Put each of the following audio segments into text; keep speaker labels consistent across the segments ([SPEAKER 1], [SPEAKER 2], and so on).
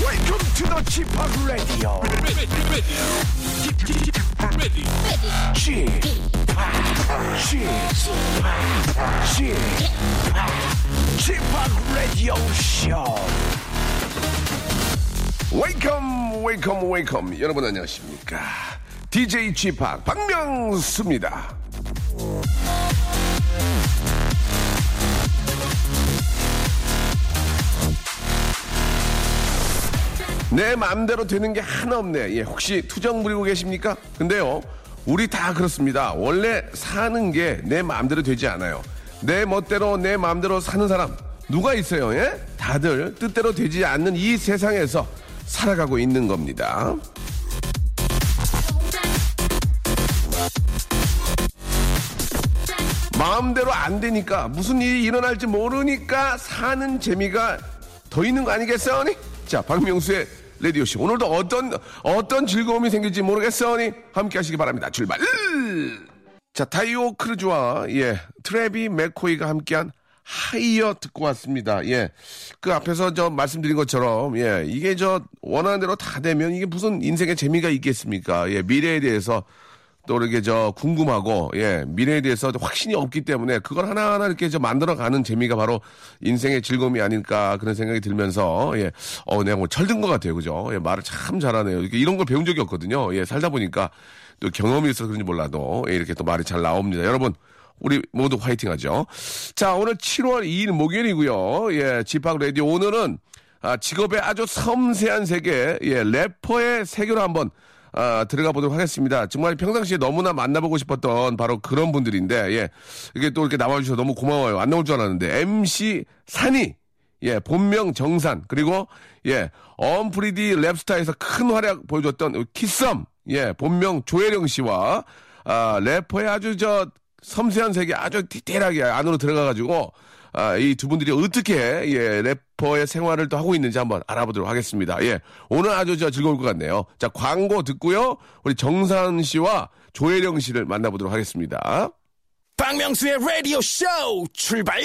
[SPEAKER 1] Welcome to the Chip Radio.
[SPEAKER 2] ready, ready, ready, ready.
[SPEAKER 1] Chip, Chip, Chip, Chip Radio Show. Welcome, welcome, welcome. 여러분 안녕하십니까? DJ Chip 박명수입니다. 내 마음대로 되는 게 하나 없네. 예, 혹시 투정 부리고 계십니까? 근데요, 우리 다 그렇습니다. 원래 사는 게 내 마음대로 되지 않아요. 내 멋대로 내 마음대로 사는 사람 누가 있어요? 예? 다들 뜻대로 되지 않는 이 세상에서 살아가고 있는 겁니다. 마음대로 안 되니까 무슨 일이 일어날지 모르니까 사는 재미가 더 있는 거 아니겠어니? 자, 박명수의 레디오 씨 오늘도 어떤 어떤 즐거움이 생길지 모르겠어니 함께 하시기 바랍니다. 출발! 자, 타이오 크루즈와 예, 트레비 맥코이가 함께한 하이어 듣고 왔습니다. 예. 그 앞에서 저 말씀드린 것처럼 예, 이게 저 원하는 대로 다 되면 이게 무슨 인생의 재미가 있겠습니까? 예, 미래에 대해서 또 이렇게 저 궁금하고 예 미래에 대해서 확신이 없기 때문에 그걸 하나하나 이렇게 저 만들어가는 재미가 바로 인생의 즐거움이 아닐까 그런 생각이 들면서 예어 내가 뭐 철든 것 같아요 그죠 예 말을 참 잘하네요 이렇게 이런 걸 배운 적이 없거든요 예 살다 보니까 또 경험이 있어서 그런지 몰라도 예, 이렇게 또 말이 잘 나옵니다 여러분 우리 모두 화이팅하죠 자 오늘 7월 2일 목요일이고요 예 집합 레디오 오늘은 아, 직업의 아주 섬세한 세계, 예, 래퍼의 세계로 한번 아, 들어가 보도록 하겠습니다. 정말 평상시에 너무나 만나보고 싶었던 바로 그런 분들인데, 예, 이게 또 이렇게 나와주셔서 너무 고마워요. 안 나올 줄 알았는데, MC 산이, 예, 본명 정산, 그리고, 예, 엄프리디 랩스타에서 큰 활약 보여줬던 키썸, 예, 본명 조혜령 씨와, 아, 래퍼의 아주 저, 섬세한 세계 아주 디테일하게 안으로 들어가가지고, 아, 이 두 분들이 어떻게, 예, 래퍼의 생활을 또 하고 있는지 한번 알아보도록 하겠습니다. 예. 오늘 아주 저 즐거울 것 같네요. 자, 광고 듣고요. 우리 정산 씨와 조혜령 씨를 만나보도록 하겠습니다.
[SPEAKER 3] 박명수의 라디오 쇼 출발!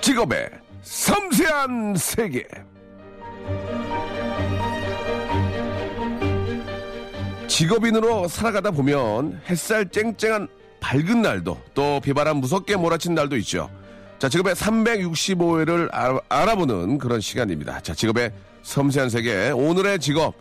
[SPEAKER 1] 직업의 섬세한 세계. 직업인으로 살아가다 보면 햇살 쨍쨍한 밝은 날도 또 비바람 무섭게 몰아친 날도 있죠. 자, 직업의 365회를 알아보는 그런 시간입니다. 자, 직업의 섬세한 세계. 오늘의 직업,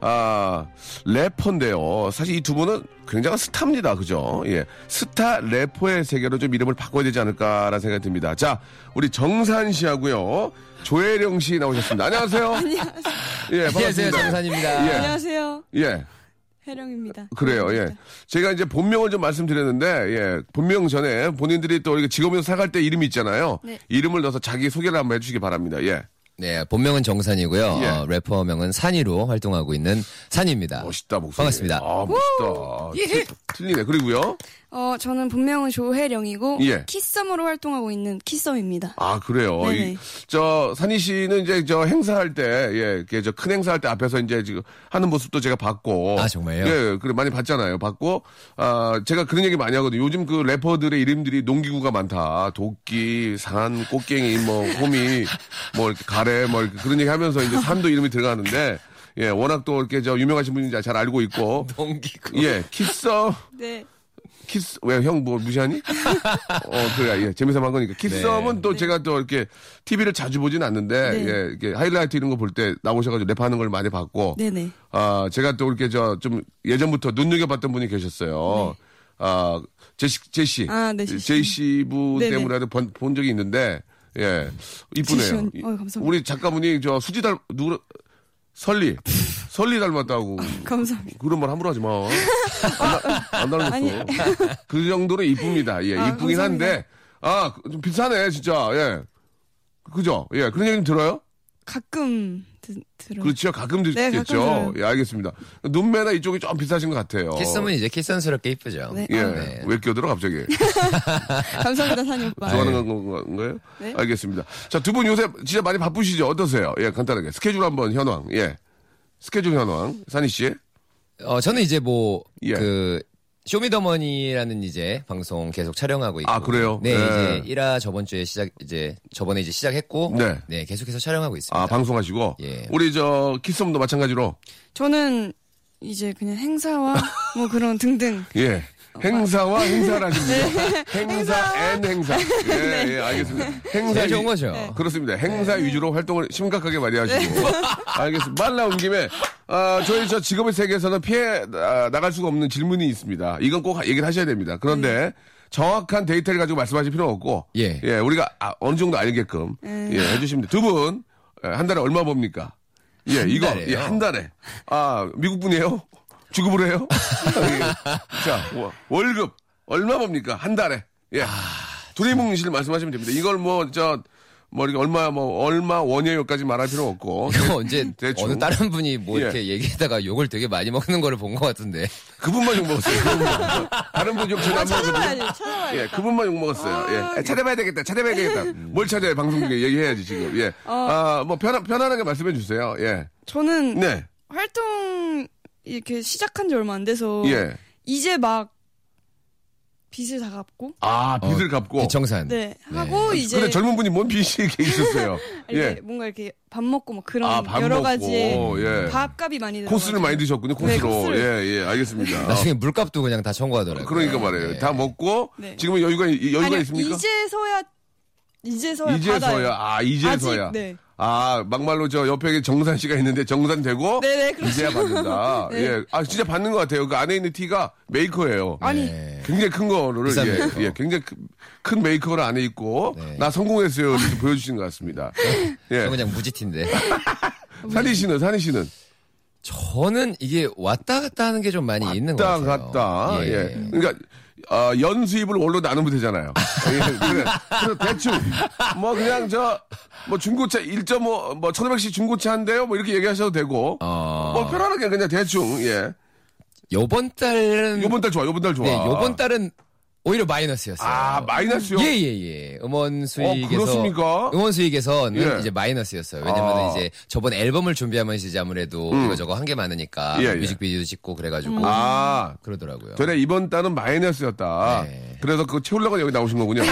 [SPEAKER 1] 아, 래퍼인데요. 사실 이 두 분은 굉장한 스타입니다. 그죠? 예. 스타 래퍼의 세계로 좀 이름을 바꿔야 되지 않을까라는 생각이 듭니다. 자, 우리 정산 씨하고요. 조혜령 씨 나오셨습니다. 안녕하세요. 예,
[SPEAKER 4] 안녕하세요,
[SPEAKER 1] 반갑습니다.
[SPEAKER 4] 정산입니다.
[SPEAKER 1] 예.
[SPEAKER 5] 안녕하세요.
[SPEAKER 1] 예.
[SPEAKER 5] 혜령입니다.
[SPEAKER 4] 네,
[SPEAKER 1] 그래요, 예. 제가 이제 본명을 좀 말씀드렸는데, 예. 본명 전에 본인들이 또 이렇게 직업에서 사갈 때 이름이 있잖아요.
[SPEAKER 5] 네.
[SPEAKER 1] 이름을 넣어서 자기 소개를 한번 해주시기 바랍니다. 예.
[SPEAKER 4] 네, 본명은 정산이고요.
[SPEAKER 1] 예.
[SPEAKER 4] 어, 래퍼명은 산이로 활동하고 있는 산입니다.
[SPEAKER 1] 멋있다, 목소리.
[SPEAKER 4] 반갑습니다.
[SPEAKER 1] 아, 멋있다. 틀- 틀리네. 그리고요.
[SPEAKER 5] 어, 저는 본명은 조혜령이고
[SPEAKER 1] 예.
[SPEAKER 5] 키썸으로 활동하고 있는 키썸입니다.
[SPEAKER 1] 아, 그래요.
[SPEAKER 5] 네네.
[SPEAKER 1] 이, 저, 산희 씨는 이제 저 행사할 때, 예, 이렇게 저 큰 행사할 때 앞에서 이제 지금 하는 모습도 제가 봤고.
[SPEAKER 4] 아, 정말요?
[SPEAKER 1] 예, 그래, 많이 봤잖아요. 봤고, 아, 제가 그런 얘기 많이 하거든요. 요즘 그 래퍼들의 이름들이 농기구가 많다. 도끼, 산, 꽃갱이, 뭐, 호미, 뭐, 이렇게 가래, 뭐, 이렇게 그런 얘기 하면서 이제 산도 이름이 들어가는데, 예, 워낙 또 이렇게 저 유명하신 분인지 잘 알고 있고,
[SPEAKER 4] 동기고. 그
[SPEAKER 1] 예, 키썸,
[SPEAKER 5] 네.
[SPEAKER 1] 키스 왜 형 뭐 무시하니? 어 그래 예 재미삼아 한 거니까 키썸은 또 제가 또 이렇게 TV를 자주 보진 않는데
[SPEAKER 5] 네.
[SPEAKER 1] 예 이렇게 하이라이트 이런 거 볼 때 나오셔가지고 랩하는 걸 많이 봤고
[SPEAKER 5] 네네.
[SPEAKER 1] 아 제가 또 이렇게 저 좀 예전부터 눈여겨봤던 분이 계셨어요 아 제시 제시
[SPEAKER 5] 네. 아, 네, 제시.
[SPEAKER 1] 제시 부
[SPEAKER 5] 네네.
[SPEAKER 1] 때문에라도 본, 본 적이 있는데 예
[SPEAKER 5] 제시
[SPEAKER 1] 이쁘네요
[SPEAKER 5] 언니. 어, 감사합니다.
[SPEAKER 1] 우리 작가분이 저 수지 닮 누구 설리 설리 닮았다고
[SPEAKER 5] 감사합니다.
[SPEAKER 1] 그런 말 함부로 하지 마. 안, 나- 안
[SPEAKER 5] 아니.
[SPEAKER 1] 닮았어. 그 정도로 이쁩니다. 예,
[SPEAKER 5] 아,
[SPEAKER 1] 이쁘긴
[SPEAKER 5] 감사합니다.
[SPEAKER 1] 한데. 아, 좀 비싸네, 진짜. 예. 그죠? 예, 그런 얘기 들어요?
[SPEAKER 5] 가끔 드, 들어요.
[SPEAKER 1] 그렇죠. 가끔
[SPEAKER 5] 네,
[SPEAKER 1] 듣겠죠.
[SPEAKER 5] 가끔 들어요.
[SPEAKER 1] 예, 알겠습니다. 눈매나 이쪽이 좀 비싸신 것 같아요.
[SPEAKER 4] 키썸은 이제 키썸스럽게 이쁘죠.
[SPEAKER 5] 네.
[SPEAKER 1] 예,
[SPEAKER 5] 아,
[SPEAKER 1] 왜 끼어들어, 갑자기?
[SPEAKER 5] 감사합니다, 산이 오빠.
[SPEAKER 1] 좋아하는 건- 건가요?
[SPEAKER 5] 네.
[SPEAKER 1] 알겠습니다. 자, 두 분 요새 진짜 많이 바쁘시죠? 어떠세요? 예, 간단하게. 스케줄 한번 현황. 예. 스케줄 현황. 산희 씨.
[SPEAKER 4] 어, 저는 이제 뭐,
[SPEAKER 1] 예.
[SPEAKER 4] 그, 쇼미더머니라는 이제 방송 계속 촬영하고 있고.
[SPEAKER 1] 아, 그래요?
[SPEAKER 4] 네,
[SPEAKER 1] 예.
[SPEAKER 4] 이제 1화 저번 주에 시작, 이제 저번에 이제 시작했고.
[SPEAKER 1] 네.
[SPEAKER 4] 네. 계속해서 촬영하고 있습니다.
[SPEAKER 1] 아 방송하시고
[SPEAKER 4] 예.
[SPEAKER 1] 우리 저 키썸도 마찬가지로
[SPEAKER 5] 저는 이제 그냥 행사와 뭐 그런 등등.
[SPEAKER 1] 예. 행사와 행사를 하십니다. 네. 행사 앤 행사. 예, 예, 알겠습니다. 행사
[SPEAKER 4] 제일 좋은
[SPEAKER 1] 위-
[SPEAKER 4] 거죠.
[SPEAKER 1] 그렇습니다. 행사 위주로 활동을 심각하게 많이 하시고. 알겠습니다. 말 나온 김에, 아, 저희 저 직업의 세계에서는 피해 아, 나갈 수가 없는 질문이 있습니다. 이건 꼭 얘기를 하셔야 됩니다. 그런데 정확한 데이터를 가지고 말씀하실 필요는 없고,
[SPEAKER 4] 예.
[SPEAKER 1] 우리가 아, 어느 정도 알게끔 예, 해주시면 돼요. 두 분, 예, 한 달에 얼마 봅니까? 예, 이거,
[SPEAKER 4] 달에요?
[SPEAKER 1] 예, 한 달에. 아, 미국 분이에요? 주급으로 해요? 예. 자, 워- 월급, 얼마 봅니까? 한 달에. 예. 두리뭉실 말씀하시면 됩니다. 이걸 뭐, 저, 뭐, 이렇게 얼마, 뭐, 얼마 원예요까지 말할 필요 없고.
[SPEAKER 4] 이거 언제
[SPEAKER 1] 대충.
[SPEAKER 4] 어느 다른 분이 뭐
[SPEAKER 1] 예.
[SPEAKER 4] 이렇게 얘기하다가 욕을 되게 많이 먹는 거를 본 것 같은데.
[SPEAKER 1] 그분만 욕먹었어요. 그분만. 다른 분 욕 전혀 안 먹었거든요.
[SPEAKER 5] 어, 찾아봐야지, 찾아봐야지.
[SPEAKER 1] 예, 그분만 욕먹었어요. 예. 찾아봐야 되겠다, 찾아봐야
[SPEAKER 5] 네.
[SPEAKER 1] 되겠다. 뭘 찾아요? 방송 중에 얘기해야지, 지금. 예.
[SPEAKER 5] 어.
[SPEAKER 1] 아, 뭐, 편안, 편안하게 말씀해 주세요. 예.
[SPEAKER 5] 저는
[SPEAKER 1] 네.
[SPEAKER 5] 활동 이렇게 시작한 지 얼마 안 돼서
[SPEAKER 1] 예.
[SPEAKER 5] 이제 막 빚을 다 갚고
[SPEAKER 1] 아, 빚을 갚고.
[SPEAKER 4] 비청산.
[SPEAKER 5] 네 하고 이제
[SPEAKER 1] 근데 젊은 분이 뭔 빚이 이렇게 있었어요.
[SPEAKER 5] 이렇게
[SPEAKER 1] 예.
[SPEAKER 5] 뭔가 이렇게 밥 먹고 뭐 그런
[SPEAKER 1] 아, 밥
[SPEAKER 5] 여러
[SPEAKER 1] 먹고.
[SPEAKER 5] 가지
[SPEAKER 1] 예.
[SPEAKER 5] 밥값이 많이 들어
[SPEAKER 1] 코스를 많이 드셨군요, 코스로.
[SPEAKER 5] 코스를.
[SPEAKER 1] 예, 예, 알겠습니다.
[SPEAKER 4] 나중에 물값도 그냥 다 청구하더라고요.
[SPEAKER 1] 그러니까 말이에요.
[SPEAKER 4] 네.
[SPEAKER 1] 다 먹고
[SPEAKER 5] 네.
[SPEAKER 1] 지금은 여유가 여유가
[SPEAKER 5] 아니
[SPEAKER 1] 있습니까?
[SPEAKER 5] 이제서야 이제서야
[SPEAKER 1] 이제서야
[SPEAKER 5] 받아요.
[SPEAKER 1] 아 이제서야
[SPEAKER 5] 아직, 네.
[SPEAKER 1] 아 막말로 저 옆에 정산 씨가 있는데 정산되고
[SPEAKER 5] 네네, 그렇죠.
[SPEAKER 1] 이제야 받는다.
[SPEAKER 5] 네.
[SPEAKER 1] 예, 아 진짜 받는 것 같아요. 그 안에 있는 티가 메이커예요.
[SPEAKER 5] 아니 네.
[SPEAKER 1] 굉장히 큰 거를
[SPEAKER 4] 비싼
[SPEAKER 1] 예,
[SPEAKER 4] 메이커.
[SPEAKER 1] 예, 굉장히 큰- 큰 메이커를 안에 있고
[SPEAKER 4] 네.
[SPEAKER 1] 나 성공했어요 이렇게 보여주신 것 같습니다.
[SPEAKER 4] 저
[SPEAKER 1] 예,
[SPEAKER 4] 그냥 무지티인데.
[SPEAKER 1] 산희 씨는 산희 씨는
[SPEAKER 4] 저는 이게 왔다 갔다 하는 게 좀 많이 있는 것
[SPEAKER 1] 갔다
[SPEAKER 4] 같아요.
[SPEAKER 1] 갔다. 예. 그러니까 아, 연수입을 월로 나누면 되잖아요. 예, 그래. 그래서 대충 뭐 그냥 저 뭐 중고차 1.5 뭐 1,500씩 중고차 한대요. 뭐 이렇게 얘기하셔도 되고.
[SPEAKER 4] 어.
[SPEAKER 1] 뭐 편안하게 그냥 대충 예.
[SPEAKER 4] 요번 달은
[SPEAKER 1] 요번 달 좋아. 요번 달 좋아.
[SPEAKER 4] 음. 네, 요번 달은 오히려 마이너스였어요.
[SPEAKER 1] 아, 마이너스요?
[SPEAKER 4] 예, 예, 예. 음원 수익에서.
[SPEAKER 1] 그렇습니까?
[SPEAKER 4] 음원 수익에서는
[SPEAKER 1] 예.
[SPEAKER 4] 이제 마이너스였어요. 왜냐면
[SPEAKER 1] 아. 음.
[SPEAKER 4] 은 이제 저번 앨범을 준비하면 이제 아무래도 이거저거 한 게 많으니까.
[SPEAKER 1] 예, 예.
[SPEAKER 4] 뮤직비디오도 찍고 그래가지고.
[SPEAKER 1] 아.
[SPEAKER 4] 그러더라고요.
[SPEAKER 1] 되레 이번 달은 마이너스였다.
[SPEAKER 4] 네.
[SPEAKER 1] 그래서 그거 채우려고 여기 나오신 거군요.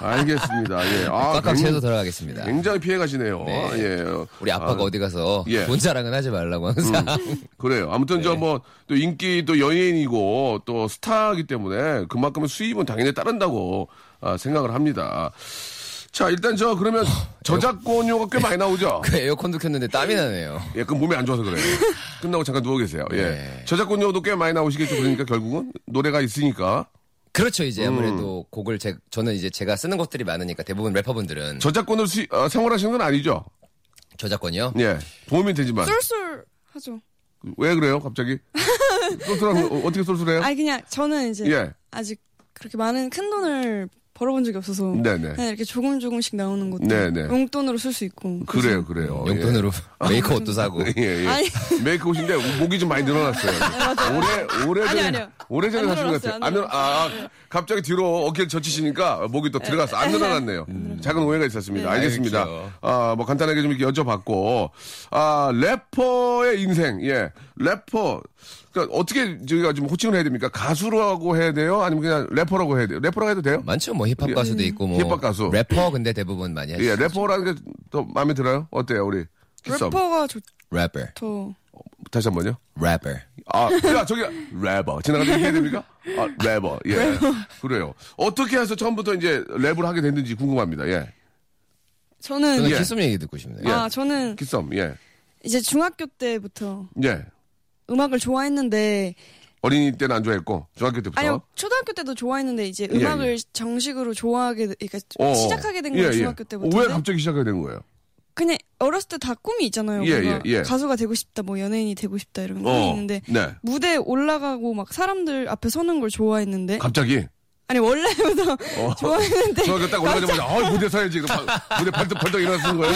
[SPEAKER 1] 알겠습니다. 예. 아,
[SPEAKER 4] 꽉꽉 채워서
[SPEAKER 1] 굉장히,
[SPEAKER 4] 돌아가겠습니다.
[SPEAKER 1] 굉장히 피해 가시네요.
[SPEAKER 4] 네.
[SPEAKER 1] 예.
[SPEAKER 4] 우리 아빠가 어디 가서
[SPEAKER 1] 예. 음.
[SPEAKER 4] 돈 자랑은 하지 말라고 항상.
[SPEAKER 1] 그래요. 아무튼
[SPEAKER 4] 네.
[SPEAKER 1] 저 뭐 또 인기 또 연예인이고 또 스타이기 때문에 그만큼의 수입은 당연히 따른다고 아, 생각을 합니다. 자 일단 저 그러면 저작권료가 꽤 많이 나오죠.
[SPEAKER 4] 어, 그 에어컨도 켰는데 땀이 나네요.
[SPEAKER 1] 예, 그 몸이 안 좋아서 그래요. 끝나고 잠깐 누워 계세요. 예,
[SPEAKER 4] 네.
[SPEAKER 1] 저작권료도 꽤 많이 나오시겠죠. 그러니까 결국은 노래가 있으니까
[SPEAKER 4] 그렇죠. 이제 아무래도
[SPEAKER 1] 음.
[SPEAKER 4] 곡을 제, 저는 이제 제가 쓰는 것들이 많으니까 대부분 래퍼분들은
[SPEAKER 1] 저작권을 수, 아, 생활하시는 건 아니죠.
[SPEAKER 4] 저작권이요.
[SPEAKER 1] 예, 도움이 되지만
[SPEAKER 5] 쏠쏠 하죠.
[SPEAKER 1] 왜 그래요, 갑자기? 쏠쏠하면 어- 어떻게 쏠쏠해요?
[SPEAKER 5] 아니 그냥 저는 이제
[SPEAKER 1] 예.
[SPEAKER 5] 아직 그렇게 많은 큰 돈을 벌어본 적이 없어서
[SPEAKER 1] 네네.
[SPEAKER 5] 그냥 이렇게 조금 조금씩 나오는 것도
[SPEAKER 1] 네네.
[SPEAKER 5] 용돈으로 쓸 수 있고
[SPEAKER 1] 그래요, 그래요.
[SPEAKER 4] 용돈으로 메이커 옷도 사고.
[SPEAKER 1] 어, 예, 예.
[SPEAKER 5] 아니.
[SPEAKER 1] 메이크 옷인데 목이 좀 많이 늘어났어요. 오래 오래
[SPEAKER 5] 아니요,
[SPEAKER 1] 전에
[SPEAKER 5] 아니요.
[SPEAKER 1] 오래 전에
[SPEAKER 5] 안
[SPEAKER 1] 사신 것 같아요.
[SPEAKER 5] 늘어났어요, 안
[SPEAKER 1] 안 늘어 아
[SPEAKER 5] 늘어났어요.
[SPEAKER 1] 갑자기 뒤로 어깨를 젖히시니까 목이 또 들어갔어. 안 늘어났네요. 작은 오해가 있었습니다. 알겠습니다.
[SPEAKER 4] 아유, 귀여워.
[SPEAKER 1] 아 뭐 간단하게 좀 이렇게 여쭤봤고 아 래퍼의 인생 예 래퍼 그러니까 어떻게 저희가 좀 호칭을 해야 됩니까? 가수라고 해야 돼요? 아니면 그냥 래퍼라고 해야 돼요? 래퍼라고 해도 돼요?
[SPEAKER 4] 많죠. 뭐 힙합 가수도 있고 뭐
[SPEAKER 1] 예, 힙합 가수.
[SPEAKER 4] 래퍼 근데 대부분 많이 하죠.
[SPEAKER 1] 예 래퍼라는 게 더 마음에 들어요? 어때요 우리 키썸
[SPEAKER 5] 래퍼가
[SPEAKER 4] 래퍼.
[SPEAKER 5] 좋더
[SPEAKER 1] 다시 한 번요.
[SPEAKER 4] 래퍼.
[SPEAKER 1] 아, 야, 저기, 래버. 지나가다 얘기해야 됩니까? 아, 래버. 예. 그래요. 어떻게 해서 처음부터 이제 랩을 하게 됐는지 궁금합니다. 예.
[SPEAKER 5] 저는
[SPEAKER 4] 저는
[SPEAKER 1] 예.
[SPEAKER 4] 키썸 얘기 듣고 싶네요.
[SPEAKER 5] 아 저는
[SPEAKER 1] 키썸, 예.
[SPEAKER 5] 이제 중학교 때부터
[SPEAKER 1] 예.
[SPEAKER 5] 음악을 좋아했는데
[SPEAKER 1] 어린이 때는 안 좋아했고, 중학교 때부터.
[SPEAKER 5] 아니요 초등학교 때도 좋아했는데 이제
[SPEAKER 1] 어? 예,
[SPEAKER 5] 음악을 정식으로 좋아하게 되- 그러니까
[SPEAKER 1] 어어.
[SPEAKER 5] 시작하게 된
[SPEAKER 1] 예,
[SPEAKER 5] 건
[SPEAKER 1] 예.
[SPEAKER 5] 중학교 때부터
[SPEAKER 1] 왜 갑자기 시작하게 된 거예요?
[SPEAKER 5] 그냥 어렸을 때 다 꿈이 있잖아요
[SPEAKER 1] 예,
[SPEAKER 5] 뭔가
[SPEAKER 1] 예, 예.
[SPEAKER 5] 가수가 되고 싶다 뭐 연예인이 되고 싶다 이런 꿈이
[SPEAKER 1] 어.
[SPEAKER 5] 있는데
[SPEAKER 1] 네.
[SPEAKER 5] 무대에 올라가고 막 사람들 앞에 서는 걸 좋아했는데
[SPEAKER 1] 갑자기.
[SPEAKER 5] 아니 원래부터
[SPEAKER 1] 어.
[SPEAKER 5] 좋아했는데
[SPEAKER 1] 중학교 딱 올라가자마자, 아, 무대 서야지. 그럼 바- 무대 발떡 벌떡 일어나는 거예요?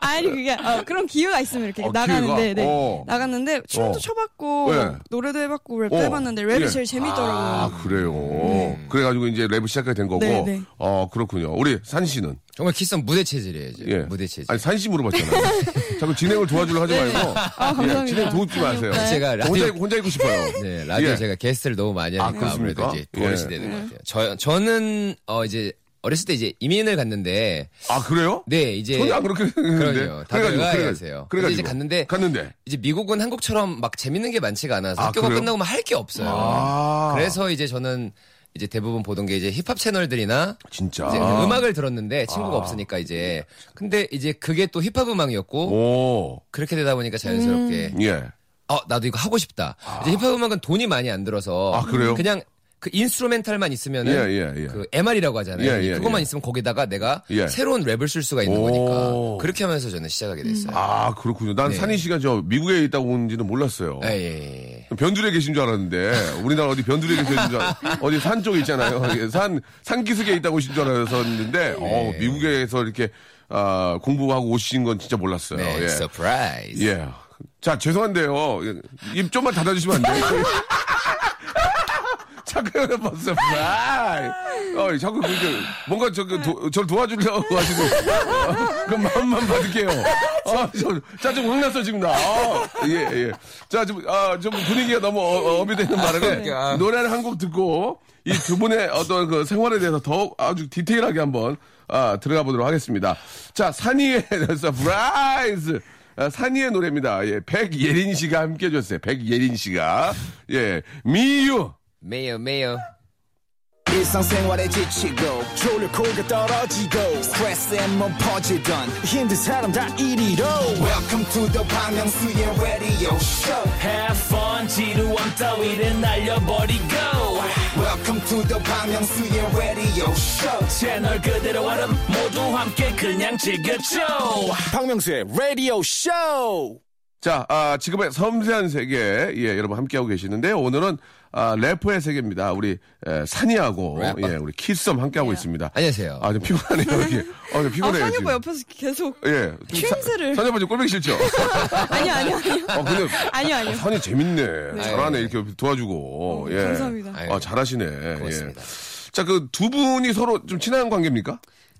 [SPEAKER 5] 아니 그게 어, 그런 기회가 있으면 이렇게
[SPEAKER 1] 어, 기회가?
[SPEAKER 5] 나가는데 네.
[SPEAKER 1] 어.
[SPEAKER 5] 나갔는데 춤도
[SPEAKER 1] 어.
[SPEAKER 5] 춰봤고
[SPEAKER 1] 예.
[SPEAKER 5] 노래도 해봤고 랩도
[SPEAKER 1] 어.
[SPEAKER 5] 해봤는데 랩이
[SPEAKER 1] 예.
[SPEAKER 5] 제일 재밌더라고요. 아,
[SPEAKER 1] 아, 그래요. 그래가지고 이제 랩을 시작하게 된 거고.
[SPEAKER 5] 네, 네.
[SPEAKER 1] 어, 그렇군요. 우리 산 씨는.
[SPEAKER 4] 정말 키스는 무대 체질이에요, 이제.
[SPEAKER 1] 예.
[SPEAKER 4] 무대 체질.
[SPEAKER 1] 아니 산씨 물어봤잖아요. 자꾸 진행을 도와주려 하지
[SPEAKER 4] 네.
[SPEAKER 1] 말고
[SPEAKER 5] 아, 감사합니다.
[SPEAKER 1] 예, 진행 도우지 마세요.
[SPEAKER 5] 아니요.
[SPEAKER 4] 제가 네. 라디오-
[SPEAKER 1] 혼자 있- 혼자 있고 싶어요.
[SPEAKER 4] 네, 라디오
[SPEAKER 1] 예.
[SPEAKER 4] 제가 게스트를 너무 많이
[SPEAKER 1] 아,
[SPEAKER 4] 하니까 아, 무래도
[SPEAKER 1] 그렇습니까?
[SPEAKER 4] 이제 버릇이
[SPEAKER 1] 예.
[SPEAKER 4] 되는 것 같아요. 저, 저는, 어, 이제, 어렸을 때 이제 이민을 갔는데,
[SPEAKER 1] 아 그래요?
[SPEAKER 4] 네, 이제.
[SPEAKER 1] 전혀 안 그렇게 생각했는데.
[SPEAKER 4] 그럼요. 다들 의아해 하세요.
[SPEAKER 1] 그래가지고
[SPEAKER 4] 근데 이제 갔는데-
[SPEAKER 1] 갔는데
[SPEAKER 4] 이제 미국은 한국처럼 막 재밌는 게 많지가 않아서
[SPEAKER 1] 아,
[SPEAKER 4] 학교가
[SPEAKER 1] 그래요?
[SPEAKER 4] 끝나고 막 할 게 없어요.
[SPEAKER 1] 아.
[SPEAKER 4] 그래서 이제 저는 이제 대부분 보던 게 이제 힙합 채널들이나
[SPEAKER 1] 진짜 아.
[SPEAKER 4] 이제 그 음악을 들었는데 친구가 없으니까 이제 근데 이제 그게 또 힙합 음악이었고
[SPEAKER 1] 아. 오
[SPEAKER 4] 그렇게 되다 보니까 자연스럽게
[SPEAKER 1] 예.
[SPEAKER 4] 어 나도 이거 하고 싶다. 이제 힙합 음악은 돈이 많이 안 들어서
[SPEAKER 1] 아, 그래요?
[SPEAKER 4] 냥그 인스트루멘탈만 있으면 은
[SPEAKER 1] 예, 예, 예.
[SPEAKER 4] 그 MR이라고 하잖아요.
[SPEAKER 1] 예, 예,
[SPEAKER 4] 그것만
[SPEAKER 1] 예.
[SPEAKER 4] 있으면 거기다가 내가
[SPEAKER 1] 예.
[SPEAKER 4] 새로운 랩을 쓸 수가 있는
[SPEAKER 1] 오.
[SPEAKER 4] 거니까 그렇게 하면서 저는 시작하게 됐어요.
[SPEAKER 1] 아 그렇군요.
[SPEAKER 4] 네.
[SPEAKER 1] 난 산희 씨가 저 미국에 있다고 온지는 몰랐어요.
[SPEAKER 4] 예, 예, 예.
[SPEAKER 1] 변두리에 계신 줄 알았는데 우리나라 어디 변두리에 계신 줄 알- 어디 산 쪽에 있잖아요. 예, 산 산기슭에 있다고 오신 줄 알았었는데 어, 미국에서 이렇게 아, 공부하고 오신 건 진짜 몰랐어요.
[SPEAKER 4] 네,
[SPEAKER 1] 예.
[SPEAKER 4] 서프라이즈.
[SPEAKER 1] 예. 자, 죄송한데요. 입 좀만 닫아주시면 안 돼요? 잠깐 봤어. 어, 자꾸 그게 뭔가 저기 도- 저를 도와주려고 하시고 어, 그 마음만 받을게요. 아, 저 짜증 확 났어 지금 나. 어, 예, 예. 자, 좀, 아, 좀 분위기가 너무 어, 업이 되는 바람에 노래를 한 곡 듣고 이 두 분의 어떤 그 생활에 대해서 더욱 아주 디테일하게 한번 아, 들어가 보도록 하겠습니다. 자, 산이의 서프라이즈. 아, 산이의 노래입니다. 예, 백예린 씨가 함께 해줬어요. 백예린 씨가. 예, 미유.
[SPEAKER 4] 매요 매요.
[SPEAKER 6] 일상생활에 지치고, 졸려 코가 떨어지고, 스트레스에 몸 퍼지던, 힘든 사람 다 이리로. welcome to the Bang Myung-soo's radio show
[SPEAKER 7] Have fun 지루함 따위를 날려버리고
[SPEAKER 6] welcome to the Bang Myung-soo's radio show
[SPEAKER 7] 채널 그대로 얼음 모두 함께 그냥 즐겨줘
[SPEAKER 3] 박명수의 라디오 쇼.
[SPEAKER 1] 자, 아, 지금의 섬세한 세계, 예, 여러분 함께하고 계시는데, 오늘은, 아, 래퍼의 세계입니다. 우리, 에, 산이하고,
[SPEAKER 4] 래퍼.
[SPEAKER 1] 예, 우리 키썸 함께하고 있습니다.
[SPEAKER 4] 안녕하세요.
[SPEAKER 1] 아, 좀 피곤하네요, 이게. 어, 좀
[SPEAKER 5] 아,
[SPEAKER 1] 피곤해요.
[SPEAKER 5] 산이
[SPEAKER 1] 지금.
[SPEAKER 5] 오빠 옆에서 계속.
[SPEAKER 1] 예.
[SPEAKER 5] 추임새를.
[SPEAKER 1] 산이 오빠 좀 꼴보기 싫죠?
[SPEAKER 5] 아니요, 아니요, 아니요.
[SPEAKER 1] 어, 근데.
[SPEAKER 5] 아니요, 아니요.
[SPEAKER 1] 어, 산이 재밌네. 잘하네, 이렇게 도와주고. 예.
[SPEAKER 5] 어, 감사합니다.
[SPEAKER 1] 아, 잘하시네. 예.
[SPEAKER 4] 고맙습니다.
[SPEAKER 1] 자, 그 두 분이 서로 좀 친한 관계입니까?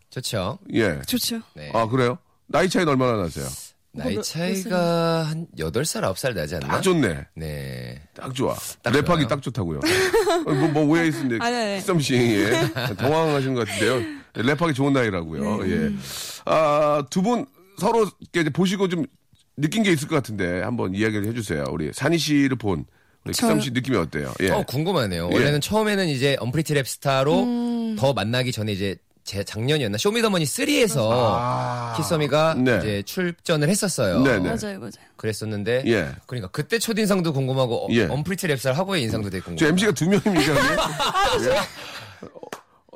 [SPEAKER 4] 좋죠.
[SPEAKER 1] 예.
[SPEAKER 5] 좋죠.
[SPEAKER 4] 네.
[SPEAKER 1] 아, 그래요? 나이 차이는 얼마나 나세요?
[SPEAKER 4] 나이
[SPEAKER 5] 몇-
[SPEAKER 4] 차이가 한 8살, 9살 나지 않나?
[SPEAKER 1] 딱 아, 좋네.
[SPEAKER 4] 네.
[SPEAKER 1] 딱 좋아.
[SPEAKER 4] 딱
[SPEAKER 1] 랩하기
[SPEAKER 4] 좋아요.
[SPEAKER 1] 딱 좋다고요. 어, 뭐, 뭐 오해 있는데
[SPEAKER 5] 아, 네, 네.
[SPEAKER 1] 썸씨 예. 당황하신 것 같은데요. 랩하기 좋은 나이라고요.
[SPEAKER 5] 네.
[SPEAKER 1] 예. 아, 두 분 서로 이렇게 이제 보시고 좀 느낀 게 있을 것 같은데 한번 이야기를 해주세요. 우리 산희 씨를 본 우리
[SPEAKER 5] 저요?
[SPEAKER 1] 썸씨 느낌이 어때요? 예.
[SPEAKER 4] 어, 궁금하네요.
[SPEAKER 1] 예. 음.
[SPEAKER 4] 원래는 처음에는 이제 언프리티 랩스타로 더 만나기 전에 이제 제 작년이었나 쇼미더머니 3에서 키썸이가
[SPEAKER 1] 네.
[SPEAKER 4] 이제 출전을 했었어요.
[SPEAKER 1] 네, 네.
[SPEAKER 5] 맞아요, 맞아요.
[SPEAKER 4] 그랬었는데
[SPEAKER 1] 예.
[SPEAKER 4] 그러니까 그때 첫인상도 궁금하고 어,
[SPEAKER 1] 예.
[SPEAKER 4] 언프리티 랩스타 하고의 인상도 되게
[SPEAKER 1] 저
[SPEAKER 4] 궁금해요.
[SPEAKER 1] MC가 두 명입니까?
[SPEAKER 5] 아,
[SPEAKER 1] 예. 어,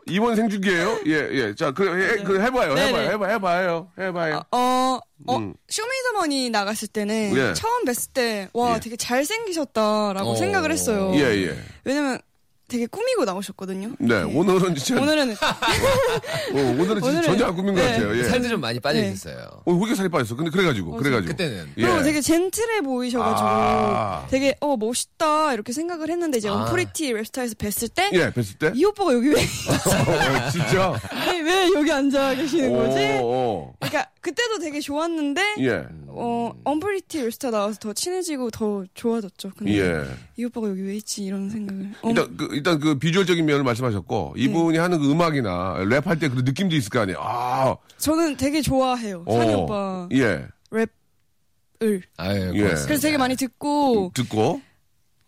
[SPEAKER 1] 이번 생중기예요 예, 예. 자, 그, 예, 그 해봐요.
[SPEAKER 5] 네,
[SPEAKER 1] 해봐요.
[SPEAKER 5] 네.
[SPEAKER 1] 해봐, 해봐요. 해봐요.
[SPEAKER 5] 어, 어, 쇼미더머니 나갔을
[SPEAKER 1] 음.
[SPEAKER 5] 때는
[SPEAKER 1] 예.
[SPEAKER 5] 처음 뵀을 때, 와,
[SPEAKER 1] 예.
[SPEAKER 5] 되게 잘생기셨다라고
[SPEAKER 4] 어.
[SPEAKER 5] 생각을 했어요.
[SPEAKER 1] 예, 예.
[SPEAKER 5] 왜냐면 되게 꾸미고 나오셨거든요. 예.
[SPEAKER 1] 네, 오늘은 진짜, 오늘,
[SPEAKER 5] 오늘은
[SPEAKER 1] 오늘은 진짜
[SPEAKER 5] 오늘은-
[SPEAKER 1] 전혀 안 꾸민 것
[SPEAKER 5] 네.
[SPEAKER 1] 같아요. 예.
[SPEAKER 4] 살도 좀 많이 빠져 있었어요.
[SPEAKER 1] 어, 왜 이렇게 살이 빠졌어? 근데 그래가지고, 그래가지고.
[SPEAKER 4] 그때는.
[SPEAKER 1] 예.
[SPEAKER 5] 그리고 어, 되게 젠틀해 보이셔가지고
[SPEAKER 1] 아.
[SPEAKER 5] 되게 어 멋있다 이렇게 생각을 했는데 이제
[SPEAKER 4] 아.
[SPEAKER 5] 언프리티 랩스타에서 뵀을 때 이
[SPEAKER 1] 예, 뵀을 때?
[SPEAKER 5] 오빠가 여기 왜,
[SPEAKER 1] 어, 진짜?
[SPEAKER 5] 왜, 왜 여기 앉아 계시는 거지?
[SPEAKER 1] 오, 오.
[SPEAKER 5] 그러니까 그때도 되게 좋았는데
[SPEAKER 1] 예.
[SPEAKER 5] 어 언프리티 랩스타 나와서 더 친해지고 더 좋아졌죠. 근데
[SPEAKER 1] 예.
[SPEAKER 5] 이 오빠가 여기 왜 있지 이런 생각을. 어,
[SPEAKER 1] 일단 그, 일단 그 비주얼적인 면을 말씀하셨고,
[SPEAKER 5] 네.
[SPEAKER 1] 이분이 하는 그 음악이나 랩할 때 그런 느낌도 있을 거 아니에요? 아,
[SPEAKER 5] 저는 되게 좋아해요 산이
[SPEAKER 1] 어.
[SPEAKER 5] 오빠
[SPEAKER 1] 예.
[SPEAKER 5] 랩을.
[SPEAKER 4] 아유,
[SPEAKER 1] 예.
[SPEAKER 4] 고맙습니다.
[SPEAKER 5] 그래서 되게 많이 듣고
[SPEAKER 1] 듣고,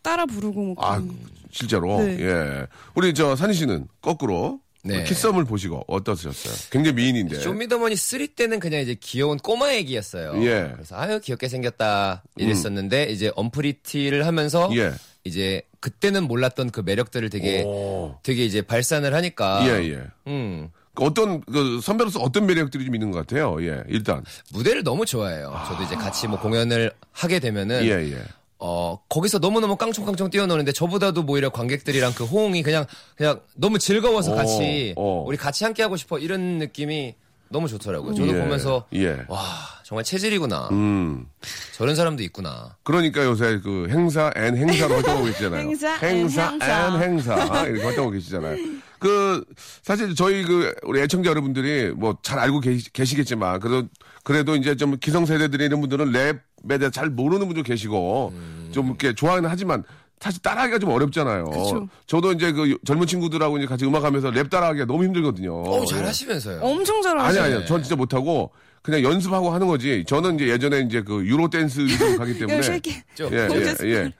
[SPEAKER 5] 따라 부르고 뭐
[SPEAKER 1] 음. 아,
[SPEAKER 5] 그런.
[SPEAKER 1] 실제로.
[SPEAKER 5] 네.
[SPEAKER 1] 예. 우리 저 산희 씨는 거꾸로 그
[SPEAKER 4] 네.
[SPEAKER 1] 키썸을 보시고 어떠셨어요? 굉장히 미인인데.
[SPEAKER 4] 쇼미더머니 3 때는 그냥 이제 귀여운 꼬마 애기였어요.
[SPEAKER 1] 예. 음.
[SPEAKER 4] 그래서 아유 귀엽게 생겼다 이랬었는데 이제 언프리티를 하면서
[SPEAKER 1] 예.
[SPEAKER 4] 이제 그때는 몰랐던 그 매력들을 되게
[SPEAKER 1] 오.
[SPEAKER 4] 되게 이제 발산을 하니까
[SPEAKER 1] 예, 예.
[SPEAKER 4] 음,
[SPEAKER 1] 그 어떤, 그 선배로서 어떤 매력들이 좀 있는 것 같아요? 예, 일단.
[SPEAKER 4] 무대를 너무 좋아해요. 저도 이제 같이 뭐 공연을 하게 되면은
[SPEAKER 1] 예, 예.
[SPEAKER 4] 어 거기서 너무 너무 깡총깡총 뛰어노는데 저보다도 뭐 오히려 관객들이랑 그 호응이 그냥 그냥 너무 즐거워서
[SPEAKER 1] 어,
[SPEAKER 4] 같이
[SPEAKER 1] 어.
[SPEAKER 4] 우리 같이 함께 하고 싶어 이런 느낌이 너무 좋더라고요. 저도
[SPEAKER 1] 예,
[SPEAKER 4] 보면서
[SPEAKER 1] 예.
[SPEAKER 4] 와 정말 체질이구나.
[SPEAKER 1] 음.
[SPEAKER 4] 저런 사람도 있구나.
[SPEAKER 1] 그러니까 요새 그 행사 앤 행사로 뭐 활동하고 계시잖아요.
[SPEAKER 5] 행사 앤
[SPEAKER 1] 행사
[SPEAKER 5] 행사.
[SPEAKER 1] 앤 행사 이렇게 활동하고 계시잖아요. 그 사실 저희 그 우리 애청자 여러분들이 뭐 잘 알고 계시, 계시겠지만 그래도 그래도 이제 좀 기성세대들이 이런 분들은 랩에 대해 잘 모르는 분도 계시고
[SPEAKER 4] 음.
[SPEAKER 1] 좀 이렇게 좋아는 하지만 사실 따라하기가 좀 어렵잖아요.
[SPEAKER 5] 그쵸.
[SPEAKER 1] 저도 이제 그 젊은 친구들하고 이제 같이 음악하면서 랩 따라하기가 너무 힘들거든요.
[SPEAKER 4] 어,
[SPEAKER 1] 예.
[SPEAKER 4] 잘하시면서요.
[SPEAKER 5] 엄청
[SPEAKER 1] 아니
[SPEAKER 5] 잘하시네.
[SPEAKER 1] 아니요. 전 진짜 못 하고 그냥 연습하고 하는 거지. 저는 이제 예전에 이제 그 유로 댄스 위주로 가기 때문에
[SPEAKER 5] 야, 쉐이키.
[SPEAKER 4] 저,
[SPEAKER 1] 예,
[SPEAKER 5] 공개
[SPEAKER 1] 예, 예.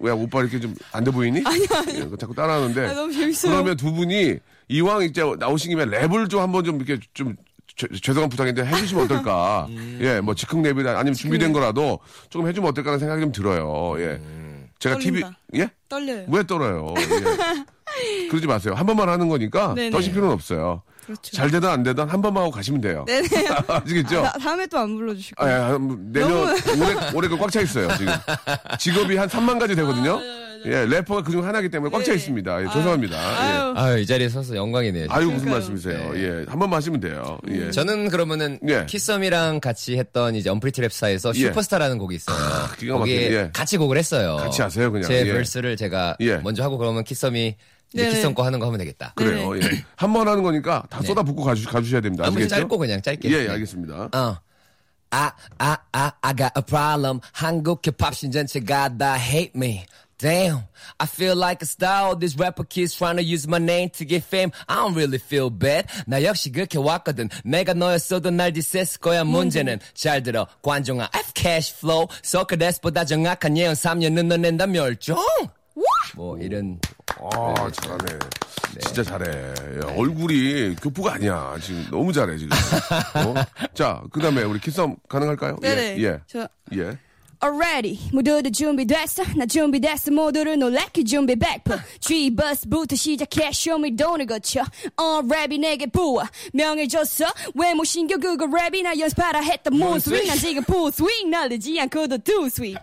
[SPEAKER 1] 왜 오빠 이렇게 좀 안 돼 보이니? 아니, 아니. 자꾸 따라하는데.
[SPEAKER 5] 아, 너무 재밌어요.
[SPEAKER 1] 그러면 두 분이 이왕 이제 나오신 김에 랩을 좀 한번 좀 이렇게 좀 죄- 죄송한 부탁인데 해주시면 어떨까?
[SPEAKER 5] 음.
[SPEAKER 1] 예, 뭐 즉흥 랩이나 아니면 준비된 거라도 조금 해주면 어떨까라는 생각이 좀 들어요. 예. 제가 TV
[SPEAKER 5] 음. 떨린다.
[SPEAKER 1] 예?
[SPEAKER 5] 떨려요.
[SPEAKER 1] 왜 떨어요? 예. 그러지 마세요. 한 번만 하는 거니까
[SPEAKER 5] 네네.
[SPEAKER 1] 떠실 필요는 없어요.
[SPEAKER 5] 그렇죠.
[SPEAKER 1] 잘 되든 안 되든 한 번만 하고 가시면 돼요.
[SPEAKER 5] 네네.
[SPEAKER 1] 아시겠죠?
[SPEAKER 5] 다- 다음에 또 안 불러주실
[SPEAKER 1] 아,
[SPEAKER 5] 거예요.
[SPEAKER 1] 아, 내년 올해 올해 거 꽉 차 있어요 지금 직업이 한 3만 가지 되거든요. 예 래퍼가 그중 하나이기 때문에 꽉 차
[SPEAKER 5] 네.
[SPEAKER 1] 있습니다. 예, 죄송합니다. 예.
[SPEAKER 5] 아유,
[SPEAKER 4] 아유, 이 자리에 서서 영광이네요. 음,
[SPEAKER 1] 아유 무슨
[SPEAKER 5] 그러니까요.
[SPEAKER 1] 말씀이세요? 예한 번만 하시면 돼요. 예.
[SPEAKER 4] 저는 그러면은
[SPEAKER 1] 예.
[SPEAKER 4] 키썸이랑 같이 했던 이제 언프리티 랩사에서
[SPEAKER 1] 예.
[SPEAKER 4] 슈퍼스타라는 곡이 있어요.
[SPEAKER 1] 기가 막히네.
[SPEAKER 4] 거기에
[SPEAKER 1] 예.
[SPEAKER 4] 같이 곡을 했어요.
[SPEAKER 1] 같이 하세요, 그냥.
[SPEAKER 4] 제
[SPEAKER 1] 예.
[SPEAKER 4] verse를 제가
[SPEAKER 1] 예.
[SPEAKER 4] 먼저 하고 그러면 키썸이 이제
[SPEAKER 5] 네네.
[SPEAKER 4] 키썸 거 하는 거 하면 되겠다.
[SPEAKER 1] 그래요. 예. 한 번 하는 거니까 다 쏟아붓고 가주, 가주셔야 됩니다.
[SPEAKER 4] 아무
[SPEAKER 1] 아시겠죠?
[SPEAKER 4] 짧고 그냥 짧게.
[SPEAKER 1] 예, 예, 알겠습니다.
[SPEAKER 4] 어. I, I, I, I got a problem. 한국 힙합 신전체가 다 hate me. Damn, I feel like a star. All these rapper kids trying to use my name to get fame. I don't really feel bad. 나 역시 그렇게 왔거든. 내가 너였어도 날 디스했을 거야. 문제는 잘 들어. 관종아, F cash flow. 서클레스보다 정확한 예언 3년은 너 낸다 멸종. 뭐 이런
[SPEAKER 1] 아 잘하네. 진짜 잘해. 야, 얼굴이 교포가 아니야. 지금 너무 잘해 지금. 어? 자 그다음에 우리 키썸 가능할까요?
[SPEAKER 5] 네네.
[SPEAKER 1] 예. 예.
[SPEAKER 5] 저-
[SPEAKER 1] 예.
[SPEAKER 8] Already 모두들 준비됐어 나 준비됐어 모두를 놀래킬 준비 백퍼 G버스부터 시작해 쇼미돈을 거쳐 All 랩이 내게 부와 명을 줬어 외모 신경 그거 랩이 나 연습하라 했던 몬스윙 난 지금 풀스윙 날리지 않고도 두스윙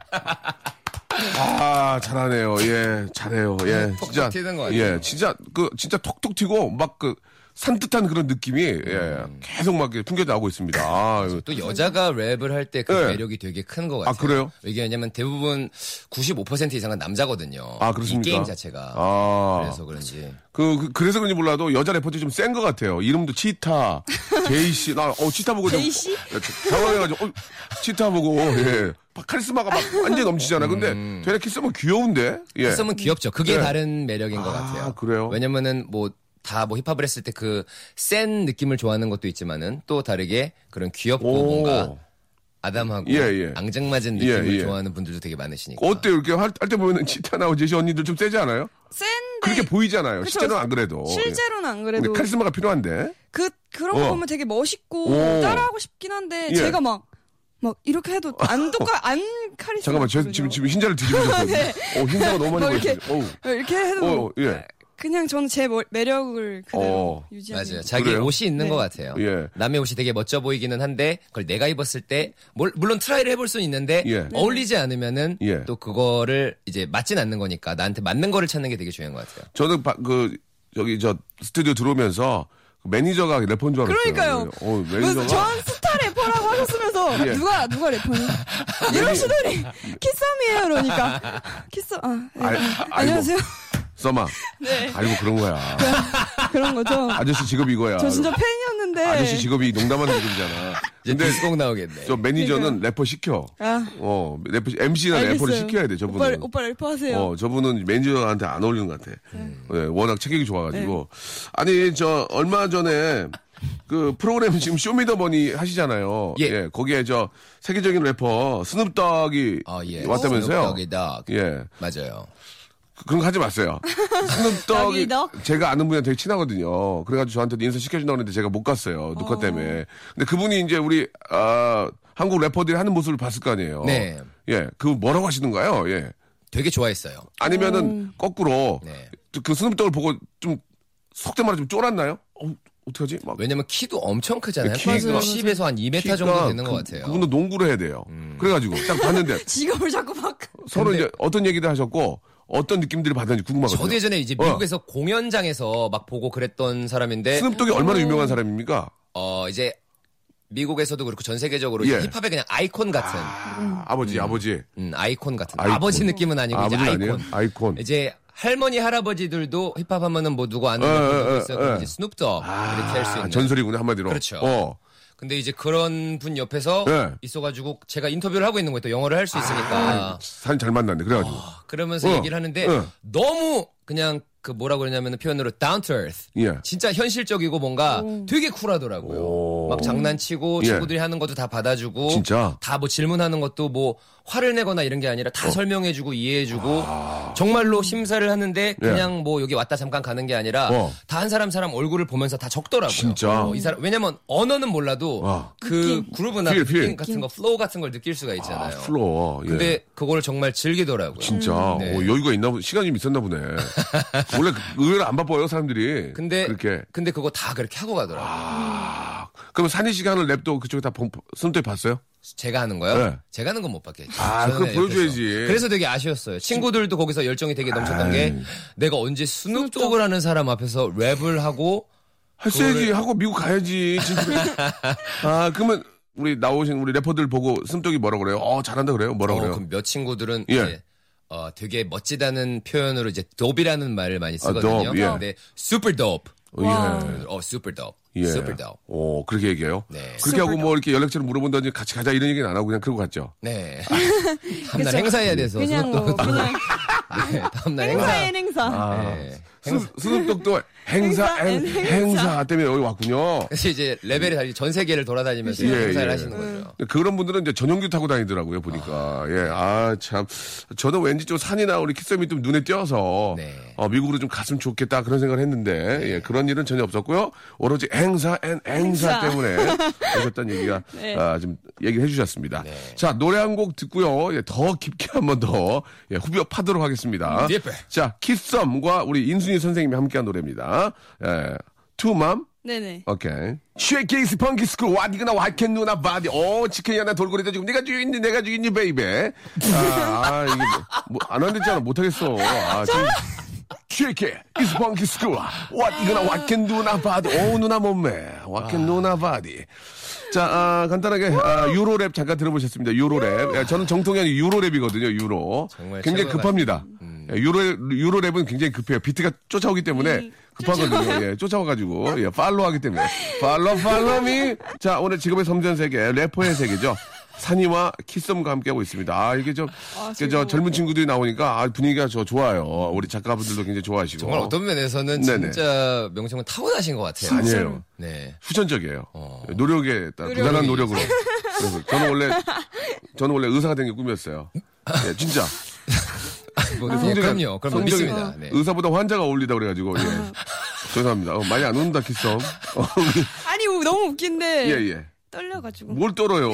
[SPEAKER 1] 아 잘하네요. 예, 잘해요. 예,
[SPEAKER 4] 톡톡
[SPEAKER 1] 진짜
[SPEAKER 4] 튀는 거 아니에요?
[SPEAKER 1] 예, 진짜 그 진짜 톡톡 튀고 막 그 산뜻한 그런 느낌이 예, 계속 막 이렇게 풍겨 나오고 있습니다. 아, 이거
[SPEAKER 4] 음. 또 여자가 랩을 할 때 그
[SPEAKER 1] 네.
[SPEAKER 4] 매력이 되게 큰 것 같아요.
[SPEAKER 1] 아, 그래요?
[SPEAKER 4] 이게 왜냐면 대부분 95% 이상은 남자거든요.
[SPEAKER 1] 아, 그렇습니까?
[SPEAKER 4] 이 게임 자체가.
[SPEAKER 1] 아.
[SPEAKER 4] 그래서 그런지.
[SPEAKER 1] 그, 그, 래서 그런지 몰라도 여자 래퍼들이 좀 센 것 같아요. 이름도 치타, 제이씨. 나, 어, 치타 보고 좀.
[SPEAKER 5] 제이씨?
[SPEAKER 1] 당황해가지고, 어, 치타 보고, 예. 막 카리스마가 막 완전 넘치잖아. 근데 되레 키스면 귀여운데? 예.
[SPEAKER 4] 음. 키썸은 귀엽죠. 그게
[SPEAKER 1] 네.
[SPEAKER 4] 다른 매력인 것
[SPEAKER 1] 아,
[SPEAKER 4] 같아요.
[SPEAKER 1] 그래요?
[SPEAKER 4] 왜냐면은 뭐 다 뭐 힙합을 했을 때 그 센 느낌을 좋아하는 것도 있지만은 또 다르게 그런 귀엽고 뭔가 아담하고
[SPEAKER 1] 예, 예.
[SPEAKER 4] 앙증맞은
[SPEAKER 1] 예,
[SPEAKER 4] 느낌을
[SPEAKER 1] 예.
[SPEAKER 4] 좋아하는 분들도 되게 많으시니까.
[SPEAKER 1] 어때요? 이렇게 할 때 보면은 치타나 제이씨 언니들 좀 세지 않아요?
[SPEAKER 5] 센데
[SPEAKER 1] 그렇게 보이잖아요.
[SPEAKER 5] 네. 그쵸.
[SPEAKER 1] 실제로는 안 그래도.
[SPEAKER 5] 실제로는 안
[SPEAKER 1] 예. 뭐, 근데
[SPEAKER 5] 그래도
[SPEAKER 1] 카리스마가 필요한데.
[SPEAKER 5] 그 그런
[SPEAKER 1] 어.
[SPEAKER 5] 거 보면 되게 멋있고
[SPEAKER 1] 오.
[SPEAKER 5] 따라하고 싶긴 한데
[SPEAKER 1] 예.
[SPEAKER 5] 제가 막 막 이렇게 해도 안 똑같 안 카리스마.
[SPEAKER 1] 잠깐만, 저, 지금, 지금 흰자를 뒤집으셨거든요.
[SPEAKER 5] 네.
[SPEAKER 1] 어, 흰자가 너무 많이
[SPEAKER 5] 뭐 이렇게-
[SPEAKER 1] 보이시죠? 어우.
[SPEAKER 5] 이렇게 해도
[SPEAKER 1] 어, 예.
[SPEAKER 5] 그냥 저는 제 머- 매력을 그대로
[SPEAKER 1] 어.
[SPEAKER 5] 유지하는.
[SPEAKER 4] 맞아요. 자기
[SPEAKER 1] 그래요?
[SPEAKER 4] 옷이 있는
[SPEAKER 5] 네.
[SPEAKER 4] 것 같아요.
[SPEAKER 1] 예.
[SPEAKER 4] 남의 옷이 되게 멋져 보이기는 한데 그걸 내가 입었을 때 뭘- 물론 트라이를 해볼 수는 있는데
[SPEAKER 5] 네.
[SPEAKER 1] 예.
[SPEAKER 4] 어울리지 않으면은
[SPEAKER 1] 예.
[SPEAKER 4] 또 그거를 이제 맞진 않는 거니까 나한테 맞는 거를 찾는 게 되게 중요한 것 같아요.
[SPEAKER 1] 저는 바- 그 저기 저 스튜디오 들어오면서 그 매니저가 래퍼인 줄 알았어요.
[SPEAKER 5] 그러니까요.
[SPEAKER 1] 어,
[SPEAKER 5] 무슨
[SPEAKER 1] 매니저가
[SPEAKER 5] 전 스타 래퍼라고 하셨으면서
[SPEAKER 1] 예.
[SPEAKER 5] 누가 누가 래퍼니? 이러시더니 키썸이에요, 그러니까 키썸 아 예.
[SPEAKER 1] 알- 아, 아이고.
[SPEAKER 5] 안녕하세요.
[SPEAKER 1] 써마.
[SPEAKER 5] 네.
[SPEAKER 1] 알고 그런 거야.
[SPEAKER 5] 그런 거죠.
[SPEAKER 1] 아저씨 직업 이거야.
[SPEAKER 5] 저 진짜 팬이었는데.
[SPEAKER 1] 아저씨 직업이 농담하는 직업이잖아.
[SPEAKER 4] 이제
[SPEAKER 1] 근데
[SPEAKER 4] 꼭 나오겠네.
[SPEAKER 1] 저 매니저는 래퍼 시켜.
[SPEAKER 5] 아.
[SPEAKER 1] 어, 래퍼 MC나 래퍼를 시켜야 돼 저분은.
[SPEAKER 5] 오빠, 오빠 래퍼하세요.
[SPEAKER 1] 어, 저분은 매니저한테 안 어울리는 것 같아. 예, 워낙 체격이 좋아가지고. 아니, 저, 얼마 전에, 그, 프로그램 지금 쇼미더머니 하시잖아요.
[SPEAKER 4] 예.
[SPEAKER 1] 거기에 저, 세계적인 래퍼, 스눕덕이
[SPEAKER 4] 아, 예.
[SPEAKER 1] 왔다면서요?
[SPEAKER 4] 여기다.
[SPEAKER 1] 예.
[SPEAKER 4] 맞아요.
[SPEAKER 1] 그- 그런 거 하지 마세요. 스눕덕이
[SPEAKER 5] 스눕덕?
[SPEAKER 1] 제가 아는 분이랑 되게 친하거든요. 그래가지고 저한테도 인사 시켜준다고 했는데 제가 못 갔어요. 녹화 때문에. 근데 그분이 이제 우리, 아, 한국 래퍼들이 하는 모습을 봤을 거 아니에요.
[SPEAKER 4] 네.
[SPEAKER 1] 예. 그 뭐라고 하시는가요? 예.
[SPEAKER 4] 되게 좋아했어요.
[SPEAKER 1] 아니면은 거꾸로
[SPEAKER 4] 네.
[SPEAKER 1] 그 스눕독을 보고 좀 속된 말로 좀 쫄았나요? 어, 어떡하지? 막
[SPEAKER 4] 왜냐면 키도 엄청 크잖아요.
[SPEAKER 1] 예, 키가- 맞아요, 맞아요.
[SPEAKER 4] 110에서 한 2m
[SPEAKER 1] 키가
[SPEAKER 4] 정도 되는 것
[SPEAKER 1] 그-
[SPEAKER 4] 같아요. 음.
[SPEAKER 1] 그분도 농구를 해야 돼요. 그래가지고 딱 봤는데
[SPEAKER 5] 직업을 자꾸 막.
[SPEAKER 1] 서로 이제 어떤 얘기를 하셨고 어떤 느낌들을 받았는지 궁금하거든요.
[SPEAKER 4] 저도 예전에 이제
[SPEAKER 1] 어.
[SPEAKER 4] 미국에서 공연장에서 막 보고 그랬던 사람인데
[SPEAKER 1] 스눕독이 얼마나 유명한 사람입니까?
[SPEAKER 4] 어 이제 미국에서도 그렇고 전 세계적으로
[SPEAKER 1] 예.
[SPEAKER 4] 힙합의 그냥 아이콘 같은
[SPEAKER 1] 아, 아버지, 아버지.
[SPEAKER 4] 음, 아이콘 같은
[SPEAKER 1] 아이콘.
[SPEAKER 4] 아버지 느낌은 아니고 이제
[SPEAKER 1] 아버지
[SPEAKER 4] 아이콘
[SPEAKER 1] 아니에요? 아이콘.
[SPEAKER 4] 이제 할머니 할아버지들도 힙합 하면은 뭐 누구 아는
[SPEAKER 1] 어,
[SPEAKER 4] 분도
[SPEAKER 1] 어,
[SPEAKER 4] 있어.
[SPEAKER 1] 어,
[SPEAKER 4] 그럼
[SPEAKER 1] 어.
[SPEAKER 4] 이제 스눕독 이렇게 할 수
[SPEAKER 1] 아,
[SPEAKER 4] 있는.
[SPEAKER 1] 전설이구나 한마디로.
[SPEAKER 4] 그렇죠.
[SPEAKER 1] 어.
[SPEAKER 4] 근데 이제 그런 분 옆에서
[SPEAKER 1] 네.
[SPEAKER 4] 있어가지고 제가 인터뷰를 하고 있는 거예요. 또 영어를 할 수 있으니까.
[SPEAKER 1] 사람 잘 만났네. 그래가지고.
[SPEAKER 4] 아, 그러면서
[SPEAKER 1] 아. 어,
[SPEAKER 4] 얘기를 하는데
[SPEAKER 1] 어.
[SPEAKER 4] 너무 그냥 그 뭐라 그러냐면 표현으로 down to earth.
[SPEAKER 1] 예.
[SPEAKER 4] 진짜 현실적이고 뭔가 되게 쿨하더라고요.
[SPEAKER 1] 오.
[SPEAKER 4] 막 장난치고
[SPEAKER 1] 예.
[SPEAKER 4] 친구들이 하는 것도 다 받아주고
[SPEAKER 1] 진짜?
[SPEAKER 4] 다 뭐 질문하는 것도 뭐 화를 내거나 이런 게 아니라
[SPEAKER 1] 어.
[SPEAKER 4] 다 설명해주고 이해해주고
[SPEAKER 1] 아.
[SPEAKER 4] 정말로 심사를 하는데 그냥 뭐 여기 왔다 잠깐 가는 게 아니라
[SPEAKER 1] 예. 어.
[SPEAKER 4] 다 한 사람 사람 얼굴을 보면서 다 적더라고요.
[SPEAKER 1] 진짜? 아,
[SPEAKER 4] 어, 이 사람 왜냐면 언어는 몰라도
[SPEAKER 1] 와.
[SPEAKER 4] 그 그루브나
[SPEAKER 1] 필,
[SPEAKER 4] 느낌
[SPEAKER 1] 필.
[SPEAKER 4] 같은 거 플로우 같은 걸 느낄 수가
[SPEAKER 1] 아,
[SPEAKER 4] 있잖아요.
[SPEAKER 1] 플로어. 예.
[SPEAKER 4] 근데 그걸 정말 즐기더라고요.
[SPEAKER 1] 진짜
[SPEAKER 4] 네.
[SPEAKER 1] 어, 여유가 있나 보 시간이 좀 있었나 보네. 원래 그- 의외로 안 바빠요 사람들이.
[SPEAKER 4] 근데
[SPEAKER 1] 그렇게 아,
[SPEAKER 4] 근데 그거 다 그렇게 하고 가더라고요.
[SPEAKER 1] 그럼 산이 씨가 하는 랩도 그쪽에 다 본- 손톱에 봤어요?
[SPEAKER 4] 제가 하는 거요?
[SPEAKER 1] 네.
[SPEAKER 4] 제가 하는 건 못 봤겠죠.
[SPEAKER 1] 아,
[SPEAKER 4] 저는
[SPEAKER 1] 그걸 보여줘야지.
[SPEAKER 4] 옆에서. 그래서 되게 아쉬웠어요. 친구들도 거기서 열정이 되게 넘쳤던 게 내가 언제 스눕독을 하는 사람 앞에서 랩을 하고
[SPEAKER 1] 했어야지
[SPEAKER 4] 그거를-
[SPEAKER 1] 하고 미국 가야지. 진짜. 아 그러면 우리 나오신 우리 래퍼들 보고 슴떡이 뭐라 그래요? 어 잘한다 그래요? 뭐라
[SPEAKER 4] 어,
[SPEAKER 1] 그래요?
[SPEAKER 4] 그럼 몇 친구들은
[SPEAKER 1] 예.
[SPEAKER 4] 이제 어, 되게 멋지다는 표현으로 이제 돕이라는 말을 많이 쓰거든요.
[SPEAKER 1] dope, 예.
[SPEAKER 4] 근데 super dope.
[SPEAKER 1] 어, 예.
[SPEAKER 4] 어, super dope.
[SPEAKER 1] 예.
[SPEAKER 4] super dope.
[SPEAKER 1] 오 그렇게 얘기해요?
[SPEAKER 4] 네.
[SPEAKER 1] 그렇게 하고 뭐 이렇게 연락처를 물어본다든지 같이 가자 이런 얘기는 안 하고 그냥 그러고 갔죠.
[SPEAKER 4] 네. 다음날 행사해야 돼서
[SPEAKER 5] 그냥 뭐
[SPEAKER 4] 스눕독.
[SPEAKER 5] 그냥
[SPEAKER 4] 네, 다음날 행사.
[SPEAKER 5] 행사에 행사.
[SPEAKER 1] 아.
[SPEAKER 4] 네.
[SPEAKER 1] 스슴떡도 행사 행,
[SPEAKER 5] 행사,
[SPEAKER 1] 행사 때문에 여기 왔군요.
[SPEAKER 4] 그래서 이제 레벨이 달리 전 세계를 돌아다니면서
[SPEAKER 1] 예,
[SPEAKER 4] 행사를
[SPEAKER 1] 예.
[SPEAKER 4] 하시는 거죠.
[SPEAKER 1] 근데 그런 분들은 이제 전용기 타고 다니더라고요 보니까 예 아 참 저는 왠지 좀 산이나 우리 키썸이 좀 눈에 띄어서
[SPEAKER 4] 네.
[SPEAKER 1] 어, 미국으로 좀 갔으면 좋겠다 그런 생각을 했는데 예, 그런 일은 전혀 없었고요 오로지 행사 앤 행사
[SPEAKER 5] 행사. 네.
[SPEAKER 1] 때문에 오셨다는 얘기가 아, 좀 얘기를 해주셨습니다
[SPEAKER 4] 네.
[SPEAKER 1] 자 노래 한 곡 듣고요 예, 더 깊게 한 번 더 예, 후벼 파도록 하겠습니다
[SPEAKER 4] 음, 예뻐.
[SPEAKER 1] 자 키썸과 우리 인순이 선생님이 함께한 노래입니다 예, 투맘
[SPEAKER 5] 네네.
[SPEAKER 1] 오케이. 쉐이케이스 펑키 스쿨 와디그나 와켄 누나 바디. 오 치킨이 하나 돌고래다 지금 내가 주인니 내가 주인니 베이베. 아, 아, 이게 뭐안 한댔잖아 못하겠어. 아, 지금. 쉐이케이스 펑키 스쿨 와디그나 와켄 누나 바디. 오 누나 몸매
[SPEAKER 4] 아.
[SPEAKER 1] 와켄 누나 바디. 자 아, 간단하게 아, 유로랩 잠깐 들어보셨습니다. 유로랩. 예, 저는 정통이 아니 유로랩이거든요. 유로.
[SPEAKER 4] 정말 음.
[SPEAKER 1] 굉장히
[SPEAKER 4] 최고의
[SPEAKER 1] 급합니다. 예, 유로 유로랩은 굉장히 급해요. 비트가 쫓아오기 때문에 급하거든요. 예, 쫓아와가지고 예, 팔로우하기 때문에 팔로 팔로미. 자 오늘 직업의 섬세한 세계 래퍼의 세계죠. 산이와 키썸과 함께하고 있습니다. 아 이게 저, 이게 저 젊은 친구들이 나오니까 아, 분위기가 저 좋아요. 우리 작가분들도 굉장히 좋아하시고
[SPEAKER 4] 정말 어떤 면에서는
[SPEAKER 1] 네네.
[SPEAKER 4] 진짜 명성은 타고나신 것 같아요.
[SPEAKER 1] 아니에요.
[SPEAKER 4] 네.
[SPEAKER 1] 후천적이에요.
[SPEAKER 4] 어.
[SPEAKER 1] 예, 노력에 따라 대단한 노력으로. 그래서 저는 원래 저는 원래 의사가 된 게 꿈이었어요. 예, 진짜.
[SPEAKER 4] 뭐, 네, 그럼요. 그럼
[SPEAKER 1] 성적이
[SPEAKER 4] 믿습니다. 네.
[SPEAKER 1] 의사보다 환자가 어울리다 그래가지고 예. 죄송합니다. 어, 많이 안 온다 키썸. 어,
[SPEAKER 5] 아니 우- 너무 웃긴데
[SPEAKER 1] 예 예.
[SPEAKER 5] 떨려가지고.
[SPEAKER 1] 뭘 떨어요?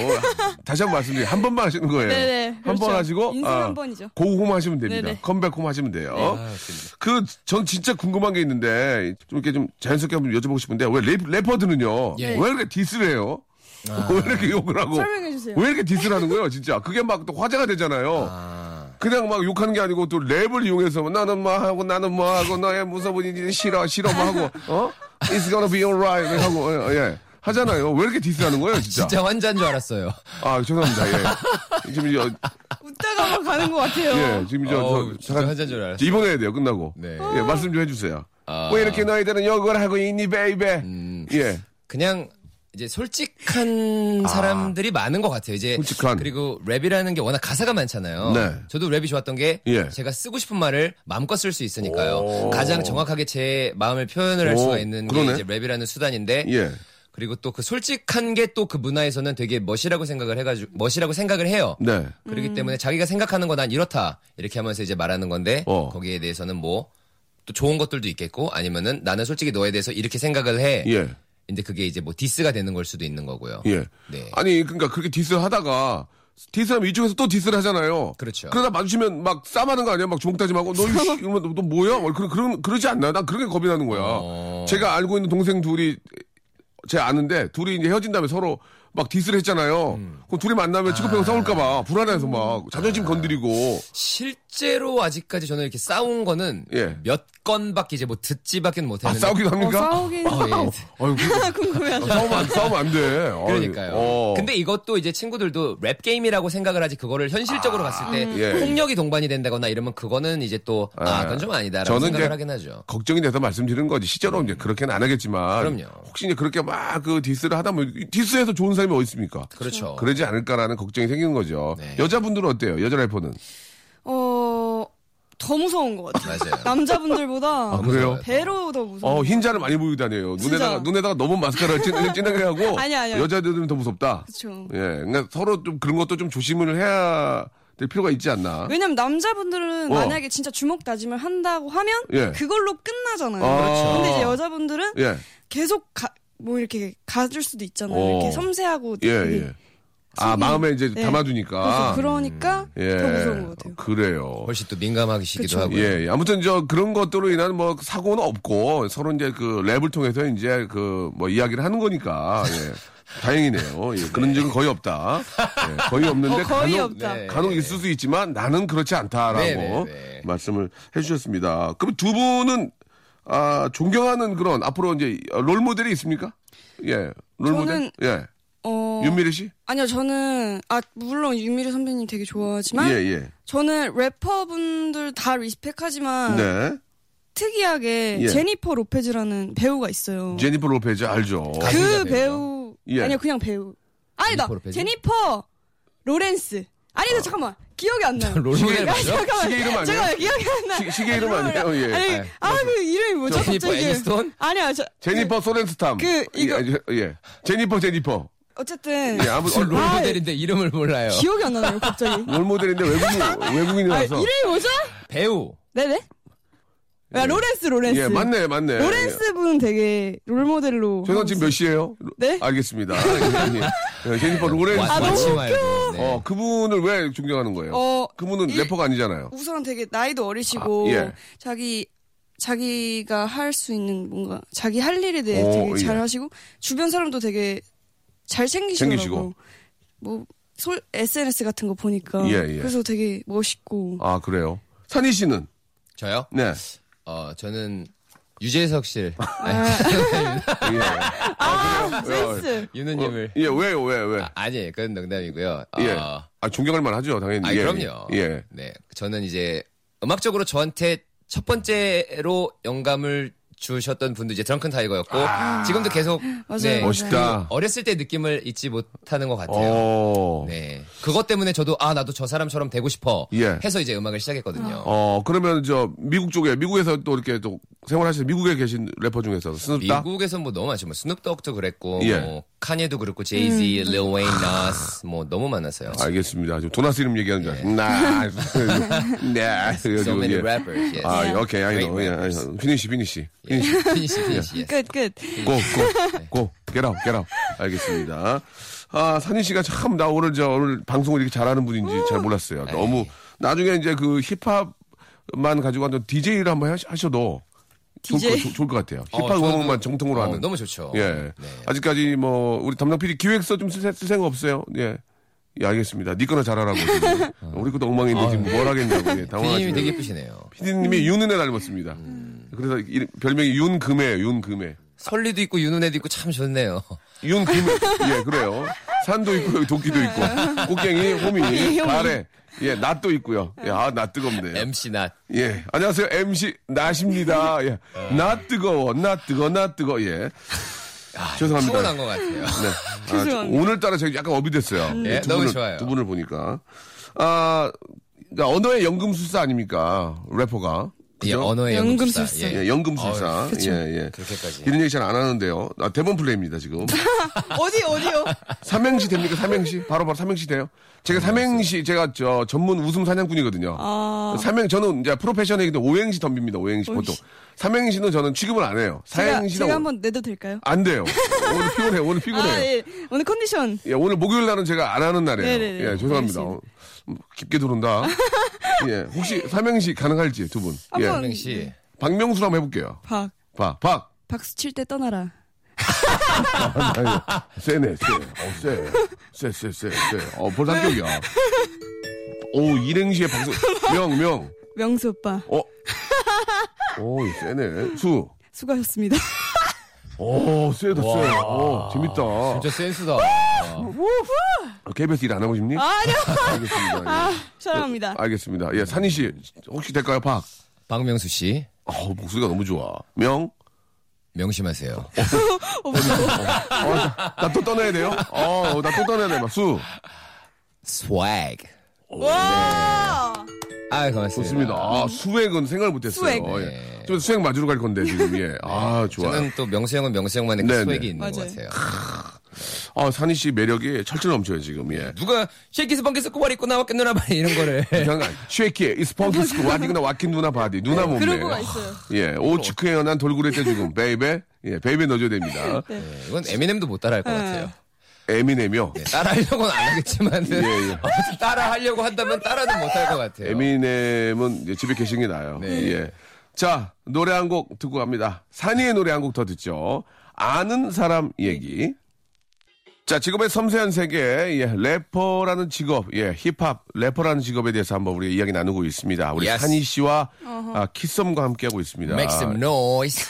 [SPEAKER 1] 다시 한 번 말씀드리 한 번만 하시는 거예요.
[SPEAKER 5] 네네,
[SPEAKER 1] 한 번
[SPEAKER 5] 그렇죠.
[SPEAKER 1] 하시고 아,
[SPEAKER 5] 인생 한 번이죠.
[SPEAKER 1] 고홈 하시면 됩니다.
[SPEAKER 5] 네네. 아,
[SPEAKER 1] 컴백홈 하시면 돼요. 그 전 진짜 궁금한 게 있는데 좀 이렇게 좀 자연스럽게 한번 여쭤보고 싶은데 왜 래, 퍼들은요왜 이렇게 디스를 해요? 왜 이렇게 욕을 하고
[SPEAKER 5] 설명해 주세요.
[SPEAKER 1] 왜 이렇게 디스를 하는 거예요? 진짜 그게 막 또 화제가 되잖아요. 그냥 막 욕하는 게 아니고 또 랩을 이용해서 뭐 나는 뭐 하고 나는 뭐 하고 너의 무서운 일이 싫어 싫어 뭐 하고 어 It's gonna be alright 하고 예, 예. 하잖아요. 왜 이렇게 디스하는 거예요, 진짜?
[SPEAKER 4] 진짜 환자인 줄 알았어요.
[SPEAKER 1] 아 죄송합니다. 예. 지금 저,
[SPEAKER 5] 웃다가 막 가는 것 같아요.
[SPEAKER 1] 예 지금 저,
[SPEAKER 4] 어우,
[SPEAKER 1] 저
[SPEAKER 4] 진짜 환자인 줄 알았어요.
[SPEAKER 1] 입원해야 돼요. 끝나고.
[SPEAKER 4] 네.
[SPEAKER 1] 예 말씀 좀 해주세요.
[SPEAKER 4] 아. 음.
[SPEAKER 1] 왜 이렇게 너희들은 욕을 하고 있니, 베이베? 예.
[SPEAKER 4] 그냥 이제 솔직한 사람들이 많은 것 같아요. 이제
[SPEAKER 1] 아. 솔직한.
[SPEAKER 4] 그리고 랩이라는 게 워낙 가사가 많잖아요.
[SPEAKER 1] 네.
[SPEAKER 4] 저도 랩이 좋았던 게
[SPEAKER 1] 예.
[SPEAKER 4] 제가 쓰고 싶은 말을 마음껏 쓸 수 있으니까요. 가장 정확하게 제 마음을 표현을 할
[SPEAKER 1] 오,
[SPEAKER 4] 수가 있는
[SPEAKER 1] 그러네.
[SPEAKER 4] 게 이제 랩이라는 수단인데
[SPEAKER 1] 예.
[SPEAKER 4] 그리고 또 그 솔직한 게 또 그 문화에서는 되게 멋이라고 생각을 해가지고 멋이라고 생각을 해요.
[SPEAKER 1] 네.
[SPEAKER 4] 그렇기 때문에 자기가 생각하는 건 난 이렇다 이렇게 하면서 이제 말하는 건데
[SPEAKER 1] 어.
[SPEAKER 4] 거기에 대해서는 뭐 또 좋은 것들도 있겠고 아니면은 나는 솔직히 너에 대해서 이렇게 생각을 해.
[SPEAKER 1] 예.
[SPEAKER 4] 근데 그게 이제 뭐 디스가 되는 걸 수도 있는 거고요.
[SPEAKER 1] 예.
[SPEAKER 4] 네.
[SPEAKER 1] 아니, 그러니까 그렇게 디스를 하다가 디스하면 이쪽에서 또 디스를 하잖아요.
[SPEAKER 4] 그렇죠.
[SPEAKER 1] 그러다 마주치면 막 싸마는 거 아니야? 막 주먹다짐하고 너, 이씨, 이러면 너, 너 뭐야? 막 그런, 그런, 그러지 않나? 난 그런 게 겁이 나는 거야.
[SPEAKER 4] 어.
[SPEAKER 1] 제가 알고 있는 동생 둘이 제 아는데 둘이 이제 헤어진 다음에 서로 막 디스를
[SPEAKER 4] 음. 아.
[SPEAKER 1] 했잖아요. 그럼 둘이 만나면 직업병 싸울까봐 불안해서 막 자존심 건드리고.
[SPEAKER 4] 실제로 아직까지 저는 이렇게 싸운 거는
[SPEAKER 1] 예.
[SPEAKER 4] 몇 건밖에 이제 뭐 듣지밖에
[SPEAKER 1] 아,
[SPEAKER 4] 못했는데
[SPEAKER 1] 싸우기도
[SPEAKER 5] 어,
[SPEAKER 1] 합니까?
[SPEAKER 5] 싸우긴
[SPEAKER 4] 예.
[SPEAKER 1] 아유, 그-
[SPEAKER 5] 궁금해하죠.
[SPEAKER 1] 싸우면 안, 싸우면 안 돼. 아유,
[SPEAKER 4] 그러니까요.
[SPEAKER 1] 어.
[SPEAKER 4] 근데 이것도 이제 친구들도 랩 게임이라고 생각을 하지 그거를 현실적으로 봤을 때
[SPEAKER 1] 예.
[SPEAKER 4] 폭력이 동반이 된다거나 이러면 그거는 이제 또 아, 그건 좀 아니다라고
[SPEAKER 1] 저는
[SPEAKER 4] 생각을
[SPEAKER 1] 이제
[SPEAKER 4] 하긴 하죠.
[SPEAKER 1] 걱정이 돼서 말씀드리는 거지. 실제로 이제 그렇게는 안 하겠지만.
[SPEAKER 4] 그럼요.
[SPEAKER 1] 혹시 이제 그렇게 막 그 디스를 하다 보면 디스해서 좋은 사람이 어디 있습니까?
[SPEAKER 4] 그렇죠.
[SPEAKER 1] 그러지 않을까라는 걱정이 생기는 거죠.
[SPEAKER 4] 네.
[SPEAKER 1] 여자분들은 어때요? 여자 래퍼는?
[SPEAKER 5] 어, 더 무서운 것 같아요.
[SPEAKER 4] 맞아요.
[SPEAKER 5] 남자분들보다
[SPEAKER 1] 그래요?
[SPEAKER 5] 배로 더 무서워.
[SPEAKER 1] 어, 흰자를 많이 보이고 다녀요.
[SPEAKER 5] 진짜.
[SPEAKER 1] 눈에다가, 눈에다가 너무 마스카라를 진, 진하게 하고.
[SPEAKER 5] 아니, 아니요.
[SPEAKER 1] 여자들은 더 무섭다.
[SPEAKER 5] 그쵸.
[SPEAKER 1] 예. 그러니까 서로 좀 그런 것도 좀 조심을 해야 될 필요가 있지 않나.
[SPEAKER 5] 왜냐면 남자분들은
[SPEAKER 1] 어.
[SPEAKER 5] 만약에 진짜 주먹 다짐을 한다고 하면
[SPEAKER 1] 예.
[SPEAKER 5] 그걸로 끝나잖아요.
[SPEAKER 1] 아, 그렇죠.
[SPEAKER 5] 근데 이제 여자분들은
[SPEAKER 1] 예.
[SPEAKER 5] 계속 가, 뭐 이렇게 가줄 수도 있잖아요.
[SPEAKER 1] 어.
[SPEAKER 5] 이렇게 섬세하고
[SPEAKER 1] 예,
[SPEAKER 5] 되게.
[SPEAKER 1] 예. 아,
[SPEAKER 5] 속이-
[SPEAKER 1] 마음에 이제
[SPEAKER 5] 네.
[SPEAKER 1] 담아두니까.
[SPEAKER 5] 그래서 그러니까
[SPEAKER 1] 예.
[SPEAKER 5] 더 무서운 것 같아요.
[SPEAKER 1] 그래요.
[SPEAKER 4] 훨씬 또 민감하시기도
[SPEAKER 5] 그쵸.
[SPEAKER 4] 하고요.
[SPEAKER 1] 예, 예. 아무튼 저 그런 것들로 인한 뭐 사고는 없고 서로 이제 그 랩을 통해서 이제 그 뭐 이야기를 하는 거니까 예. 다행이네요. 예, 그런 적은 거의 없다. 예, 거의 없는데
[SPEAKER 5] 어, 거의
[SPEAKER 1] 간혹,
[SPEAKER 5] 없다. 네.
[SPEAKER 1] 간혹 있을 수 있지만 나는 그렇지 않다라고
[SPEAKER 4] 네, 네, 네.
[SPEAKER 1] 말씀을 해주셨습니다. 그럼 두 분은 아 존경하는 그런 앞으로 이제 롤 모델이 있습니까? 예, 롤 모델.
[SPEAKER 5] 저는-
[SPEAKER 1] 예,
[SPEAKER 5] 어,
[SPEAKER 1] 윤미래 씨.
[SPEAKER 5] 아니요, 저는 아 물론 유미래 선배님 되게 좋아하지만
[SPEAKER 1] 예, 예.
[SPEAKER 5] 저는 래퍼분들 다 리스펙하지만
[SPEAKER 1] 네,
[SPEAKER 5] 특이하게
[SPEAKER 1] 예.
[SPEAKER 5] 제니퍼 로페즈라는 배우가 있어요.
[SPEAKER 1] 제니퍼 로페즈 알죠?
[SPEAKER 5] 그 배우
[SPEAKER 1] 예.
[SPEAKER 5] 아니요 그냥 배우 아니다
[SPEAKER 4] 제니퍼 로페즈?
[SPEAKER 5] 제니퍼 로렌스 아니다 잠깐만 기억이 안 나요
[SPEAKER 4] 롤모델
[SPEAKER 5] 아,
[SPEAKER 4] 맞죠?
[SPEAKER 5] 잠깐만
[SPEAKER 1] 시계 이름 아니에요?
[SPEAKER 5] 잠깐만 기억이 안 나요
[SPEAKER 1] 시- 시계 이름 아니에요? 예.
[SPEAKER 5] 아니 아그 이름이 뭐죠
[SPEAKER 4] 제니퍼
[SPEAKER 5] 갑자기
[SPEAKER 4] 애니스톤?
[SPEAKER 5] 아니야 저
[SPEAKER 1] 제니퍼 소렌스탐.
[SPEAKER 5] 그, 이거-
[SPEAKER 1] 예, 예. 제니퍼 제니퍼.
[SPEAKER 5] 어쨌든
[SPEAKER 1] 예, 아무
[SPEAKER 4] 무슨
[SPEAKER 1] 어,
[SPEAKER 4] 롤모델인데 이름을 몰라요.
[SPEAKER 5] 기억이 안 나네요 갑자기
[SPEAKER 1] 롤 모델인데 외국인
[SPEAKER 5] 아,
[SPEAKER 1] 외국인이라서.
[SPEAKER 5] 이름이 뭐죠
[SPEAKER 4] 배우.
[SPEAKER 5] 네네 아, 로렌스 로렌스
[SPEAKER 1] 예, 맞네, 맞네.
[SPEAKER 5] 로렌스 분 되게 롤모델로
[SPEAKER 1] 저는 지금 몇 시예요? 로-
[SPEAKER 5] 네?
[SPEAKER 1] 알겠습니다. 아, 예, 예. 제니퍼
[SPEAKER 4] 네,
[SPEAKER 1] 로렌스.
[SPEAKER 5] 아, 너무
[SPEAKER 4] 마치
[SPEAKER 5] 웃겨.
[SPEAKER 4] 말고, 네.
[SPEAKER 1] 어, 그분을 왜 존경하는 거예요?
[SPEAKER 5] 어,
[SPEAKER 1] 그분은
[SPEAKER 5] 이-
[SPEAKER 1] 래퍼가 아니잖아요.
[SPEAKER 5] 우선 되게 나이도 어리시고
[SPEAKER 1] 아, 예.
[SPEAKER 5] 자기 자기가 할 수 있는 뭔가 자기 할 일에 대해
[SPEAKER 1] 오,
[SPEAKER 5] 되게 잘
[SPEAKER 1] 예.
[SPEAKER 5] 하시고 주변 사람도 되게 잘 챙기시더라고.
[SPEAKER 1] 챙기시고.
[SPEAKER 5] 뭐 소, SNS 같은 거 보니까
[SPEAKER 1] 예, 예.
[SPEAKER 5] 그래서 되게 멋있고
[SPEAKER 1] 아, 그래요? 산희 씨는?
[SPEAKER 4] 저요?
[SPEAKER 1] 네.
[SPEAKER 4] 어, 저는 유재석 씨,
[SPEAKER 1] 예.
[SPEAKER 5] 아,
[SPEAKER 1] 센스.
[SPEAKER 4] 유느님을.
[SPEAKER 1] 예, 왜요, 왜, 왜?
[SPEAKER 4] 아, 아니, 그건 농담이고요.
[SPEAKER 1] 예.
[SPEAKER 4] 어,
[SPEAKER 1] 아, 존경할만 하죠, 당연히.
[SPEAKER 4] 아,
[SPEAKER 1] 예.
[SPEAKER 4] 그럼요.
[SPEAKER 1] 예.
[SPEAKER 4] 네. 저는 이제 음악적으로 저한테 첫 번째로 영감을 주셨던 분도 이제 드렁큰 타이거였고 지금도 계속
[SPEAKER 5] 맞아요,
[SPEAKER 4] 네,
[SPEAKER 1] 아. 멋있다.
[SPEAKER 4] 그 어렸을 때 느낌을 잊지 못하는 것 같아요.
[SPEAKER 1] 어.
[SPEAKER 4] 네. 그것 때문에 저도 아 나도 저 사람처럼 되고 싶어
[SPEAKER 1] 예.
[SPEAKER 4] 해서 이제 음악을 시작했거든요.
[SPEAKER 1] 어, 그러면 저 미국 쪽에, 미국에서 또 이렇게 또 생활하시는 미국에 계신 래퍼 중에서 스눕다?
[SPEAKER 4] 미국에서 뭐 너무 많죠. 뭐 스눕독도 그랬고
[SPEAKER 1] 예. 아.
[SPEAKER 4] 뭐 카니도 그렇고
[SPEAKER 5] 음.
[SPEAKER 4] 제이지, 릴 웨인, 나스 뭐 너무 많았어요.
[SPEAKER 1] 알겠습니다. 지금 도나스 이름 얘기하는 줄 알았어요. 나. 네.
[SPEAKER 4] So many
[SPEAKER 1] 예.
[SPEAKER 4] rappers. Yes.
[SPEAKER 1] 아, 오케이. 아이 노.
[SPEAKER 4] Great
[SPEAKER 1] 피니시 피니시.
[SPEAKER 4] 예. 피니시 피니시. yes.
[SPEAKER 5] 끝 끝.
[SPEAKER 1] 고,
[SPEAKER 4] 네.
[SPEAKER 1] 고, 고. 게라우, 게라우. 알겠습니다. 아, 산희 씨가 참, 나 오늘 저, 오늘 방송을 이렇게 잘하는 분인지
[SPEAKER 4] 음.
[SPEAKER 1] 잘 몰랐어요.
[SPEAKER 4] 네.
[SPEAKER 1] 너무, 나중에 이제 그 힙합만 가지고 한번 DJ를 한번 하셔- 하셔도 좋을,
[SPEAKER 5] DJ?
[SPEAKER 1] 것, 좋을 것 같아요.
[SPEAKER 4] 어,
[SPEAKER 1] 힙합
[SPEAKER 4] 저는-
[SPEAKER 1] 음악만 정통으로
[SPEAKER 4] 어,
[SPEAKER 1] 하는.
[SPEAKER 4] 너무 좋죠.
[SPEAKER 1] 예.
[SPEAKER 4] 네.
[SPEAKER 1] 아직까지 뭐, 우리 담당 PD 기획서 좀 쓸, 쓸 생각 없어요? 예. 예, 알겠습니다. 니 거나 잘하라고. 지금. 우리 것도 엉망인데 지금 뭘 하겠냐고. 예,
[SPEAKER 4] 피디님이
[SPEAKER 1] 당황하시네요.
[SPEAKER 4] 아, 되게 음. 예쁘시네요.
[SPEAKER 1] 피디님이 윤은혜 닮았습니다. 그래서 이- 별명이 윤금혜예요, 윤금혜.
[SPEAKER 4] 설리도 있고 윤은혜도 있고 참 좋네요.
[SPEAKER 1] 윤금혜. 예, 그래요. 산도 있고, 여기 도끼도 있고. 꽃갱이, 호미, 가래. 예, 낫도 있고요. 예, 아, 낫 뜨겁네. 요
[SPEAKER 4] MC 낫.
[SPEAKER 1] 예, 안녕하세요. MC 낫입니다. 예. 낫 뜨거워, 낫 뜨거, 낫 뜨거. 예.
[SPEAKER 4] 아,
[SPEAKER 1] 죄송합니다.
[SPEAKER 4] 피곤한 것 같아요.
[SPEAKER 1] 네. 아, 저- 오늘따라 제가 약간 업이 됐어요. 네,
[SPEAKER 4] 예,
[SPEAKER 1] 두
[SPEAKER 4] 너무
[SPEAKER 1] 분을-
[SPEAKER 4] 좋아요.
[SPEAKER 1] 두 분을 보니까. 아, 그러니까 언어의 연금술사 아닙니까? 래퍼가.
[SPEAKER 4] 예,
[SPEAKER 1] 그죠?
[SPEAKER 4] 언어의
[SPEAKER 5] 연금술사.
[SPEAKER 4] 연금술사. 예.
[SPEAKER 1] 예, 연금술사. 예, 예.
[SPEAKER 4] 그렇게까지.
[SPEAKER 1] 이런 얘기 잘 안 하는데요. 아, 대본 플레이입니다, 지금.
[SPEAKER 5] 어디 어디요?
[SPEAKER 1] 삼행시 됩니까? 삼행시? 바로바로 삼행시 돼요? 제가 삼행시, 제가 저 전문 웃음 사냥꾼이거든요. 삼행, 저는 이제 프로페셔널이기 때문에 오행시 덤빕니다, 오행시 보통. 삼행시는 저는 취급을 안 해요.
[SPEAKER 5] 제가
[SPEAKER 1] 사행시는
[SPEAKER 5] 제가 한번 내도 될까요?
[SPEAKER 1] 안 돼요. 오늘 피곤해, 오늘 피곤해요.
[SPEAKER 5] 아, 예. 오늘 컨디션
[SPEAKER 1] 예, 오늘 목요일 날은 제가 안 하는 날이에요.
[SPEAKER 5] 네네네.
[SPEAKER 1] 예, 죄송합니다. 어, 깊게 들어온다. 예, 혹시 삼행시 가능할지 두 분.
[SPEAKER 5] 한번.
[SPEAKER 1] 예.
[SPEAKER 4] 씨.
[SPEAKER 1] 박명수로 한번 해볼게요.
[SPEAKER 5] 박
[SPEAKER 1] 박, 박.
[SPEAKER 5] 박수 칠 때 떠나라.
[SPEAKER 1] 네, 세네, 세. 어, 세. 세, 세, 세, 세. 어, 벌써 합격이야. 오 일행시에 방송 명명
[SPEAKER 5] 명수 오빠
[SPEAKER 1] 어. 오 세네 수.
[SPEAKER 5] 수고하셨습니다.
[SPEAKER 1] 오 세다 세. 오 재밌다. 아,
[SPEAKER 4] 진짜 센스다.
[SPEAKER 1] KBS 일 안 하고 싶니?
[SPEAKER 5] 아니요.
[SPEAKER 1] 알겠습니다. 예.
[SPEAKER 5] 아, 사랑합니다.
[SPEAKER 1] 알겠습니다. 예 산희 씨 혹시 될까요 박?
[SPEAKER 4] 박명수 씨
[SPEAKER 1] 어 목소리가 너무 좋아. 명.
[SPEAKER 4] 명심하세요.
[SPEAKER 1] 어. 나 또 떠나야 돼요? 어, 나 또 떠나야 돼. 막 수.
[SPEAKER 4] 스웩.
[SPEAKER 1] 네.
[SPEAKER 5] 와!
[SPEAKER 4] 아 고맙습니다.
[SPEAKER 1] 좋습니다. 아, 수액은 생각을 못했어요.
[SPEAKER 5] 네. 수액. 네.
[SPEAKER 1] 예. 좀 수액 맞으러 갈 건데, 지금. 예. 아, 좋아.
[SPEAKER 4] 저는 또 명수 형은 명수 형만의 그
[SPEAKER 1] 네,
[SPEAKER 4] 스웩이
[SPEAKER 1] 네.
[SPEAKER 4] 있는 것
[SPEAKER 5] 맞아요.
[SPEAKER 4] 같아요.
[SPEAKER 1] 아, 산희 씨 매력이 철철 넘쳐요, 지금. 예.
[SPEAKER 4] 누가 쉐키스 방키스 꼬발 입고 나왔겠누나 말 이런 거를.
[SPEAKER 5] 네.
[SPEAKER 1] 이상한 거 쉐키에 이스펑키스크 와디그나 와킨 누나 바디 누나 몸매
[SPEAKER 5] 네. 그런 거가 있어요.
[SPEAKER 1] 예 오츠크에 연한 돌고래 때 지금 베이베 예 베이베 넣어줘야 됩니다
[SPEAKER 5] 네.
[SPEAKER 4] 네, 이건 에미넴도 못 따라할 것 같아요.
[SPEAKER 1] 에미넴이요
[SPEAKER 4] 네, 따라하려고는 안 하겠지만
[SPEAKER 1] 예, 예.
[SPEAKER 4] 아무튼 따라하려고 한다면 따라도 못 할 것 같아요.
[SPEAKER 1] 어. 에미넴은 이제 집에 계신 게 나아요
[SPEAKER 4] 네.
[SPEAKER 1] 예자 노래 한 곡 듣고 갑니다 산이의 노래 한 곡 더 듣죠 아는 사람 얘기 자, 직업의 섬세한 세계, 예, 래퍼라는 직업, 예, 힙합, 래퍼라는 직업에 대해서 한번 우리가 이야기 나누고 있습니다. 우리
[SPEAKER 4] Yes.
[SPEAKER 1] 산이 씨와 아, 키썸과 함께하고 있습니다.
[SPEAKER 4] Make some noise.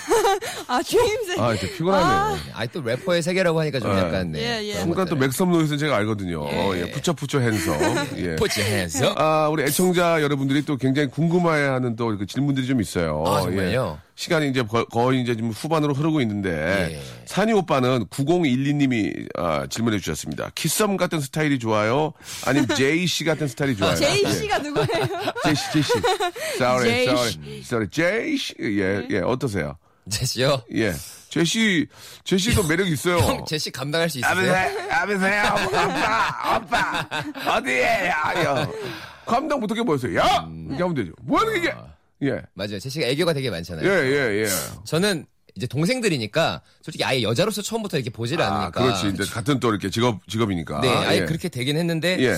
[SPEAKER 5] 아, 주임새.
[SPEAKER 1] 아, 이제 피곤하네.
[SPEAKER 4] 아또 래퍼의 세계라고 하니까 좀
[SPEAKER 1] 예.
[SPEAKER 4] 약간 네.
[SPEAKER 5] 예, 예.
[SPEAKER 4] 그런
[SPEAKER 1] 순간 또
[SPEAKER 4] 것들.
[SPEAKER 1] 맥섬 노이스는 제가 알거든요. 예, 푸처푸처 핸섬. 예.
[SPEAKER 4] Put your hands up.
[SPEAKER 1] 아, 우리 애청자 여러분들이 또 굉장히 궁금해하는 또그 질문들이 좀 있어요.
[SPEAKER 4] 아, 정말요?
[SPEAKER 1] 예. 시간이 이제 거- 거의 이제 지금 후반으로 흐르고 있는데
[SPEAKER 4] 예.
[SPEAKER 1] 산이 오빠는 9012님이 아, 질문해 주셨습니다. 키썸 같은 스타일이 좋아요? 아니면 제이 씨 같은 스타일이 좋아요?
[SPEAKER 5] 어,
[SPEAKER 1] 예.
[SPEAKER 5] 제이 씨가
[SPEAKER 1] 네.
[SPEAKER 5] 누구예요?
[SPEAKER 1] 제이 씨, 제이 씨. Sorry,
[SPEAKER 5] 제이
[SPEAKER 1] sorry, sorry. 제이 씨, 예, 예, 어떠세요?
[SPEAKER 4] 제시요.
[SPEAKER 1] 예, 제시, 제시도 매력 있어요.
[SPEAKER 4] 형 제시 감당할 수 있으세요?
[SPEAKER 1] 아버세요, 아빠, 아빠, 어디에요? 야. 감당 못하게 보였어요. 야!
[SPEAKER 4] 음.
[SPEAKER 1] 이렇게 하면 되죠. 뭐야, 이게?
[SPEAKER 4] 아.
[SPEAKER 1] 예,
[SPEAKER 4] 맞아요. 제시가 애교가 되게 많잖아요.
[SPEAKER 1] 예, 예, 예.
[SPEAKER 4] 네. 저는 이제 동생들이니까 솔직히 아예 여자로서 처음부터 이렇게 보질
[SPEAKER 1] 아,
[SPEAKER 4] 않으니까.
[SPEAKER 1] 그렇지. 이제 같은 또 이렇게 직업, 직업이니까.
[SPEAKER 4] 그러니까. 네, 아예
[SPEAKER 1] 예.
[SPEAKER 4] 그렇게 되긴 했는데
[SPEAKER 1] 예.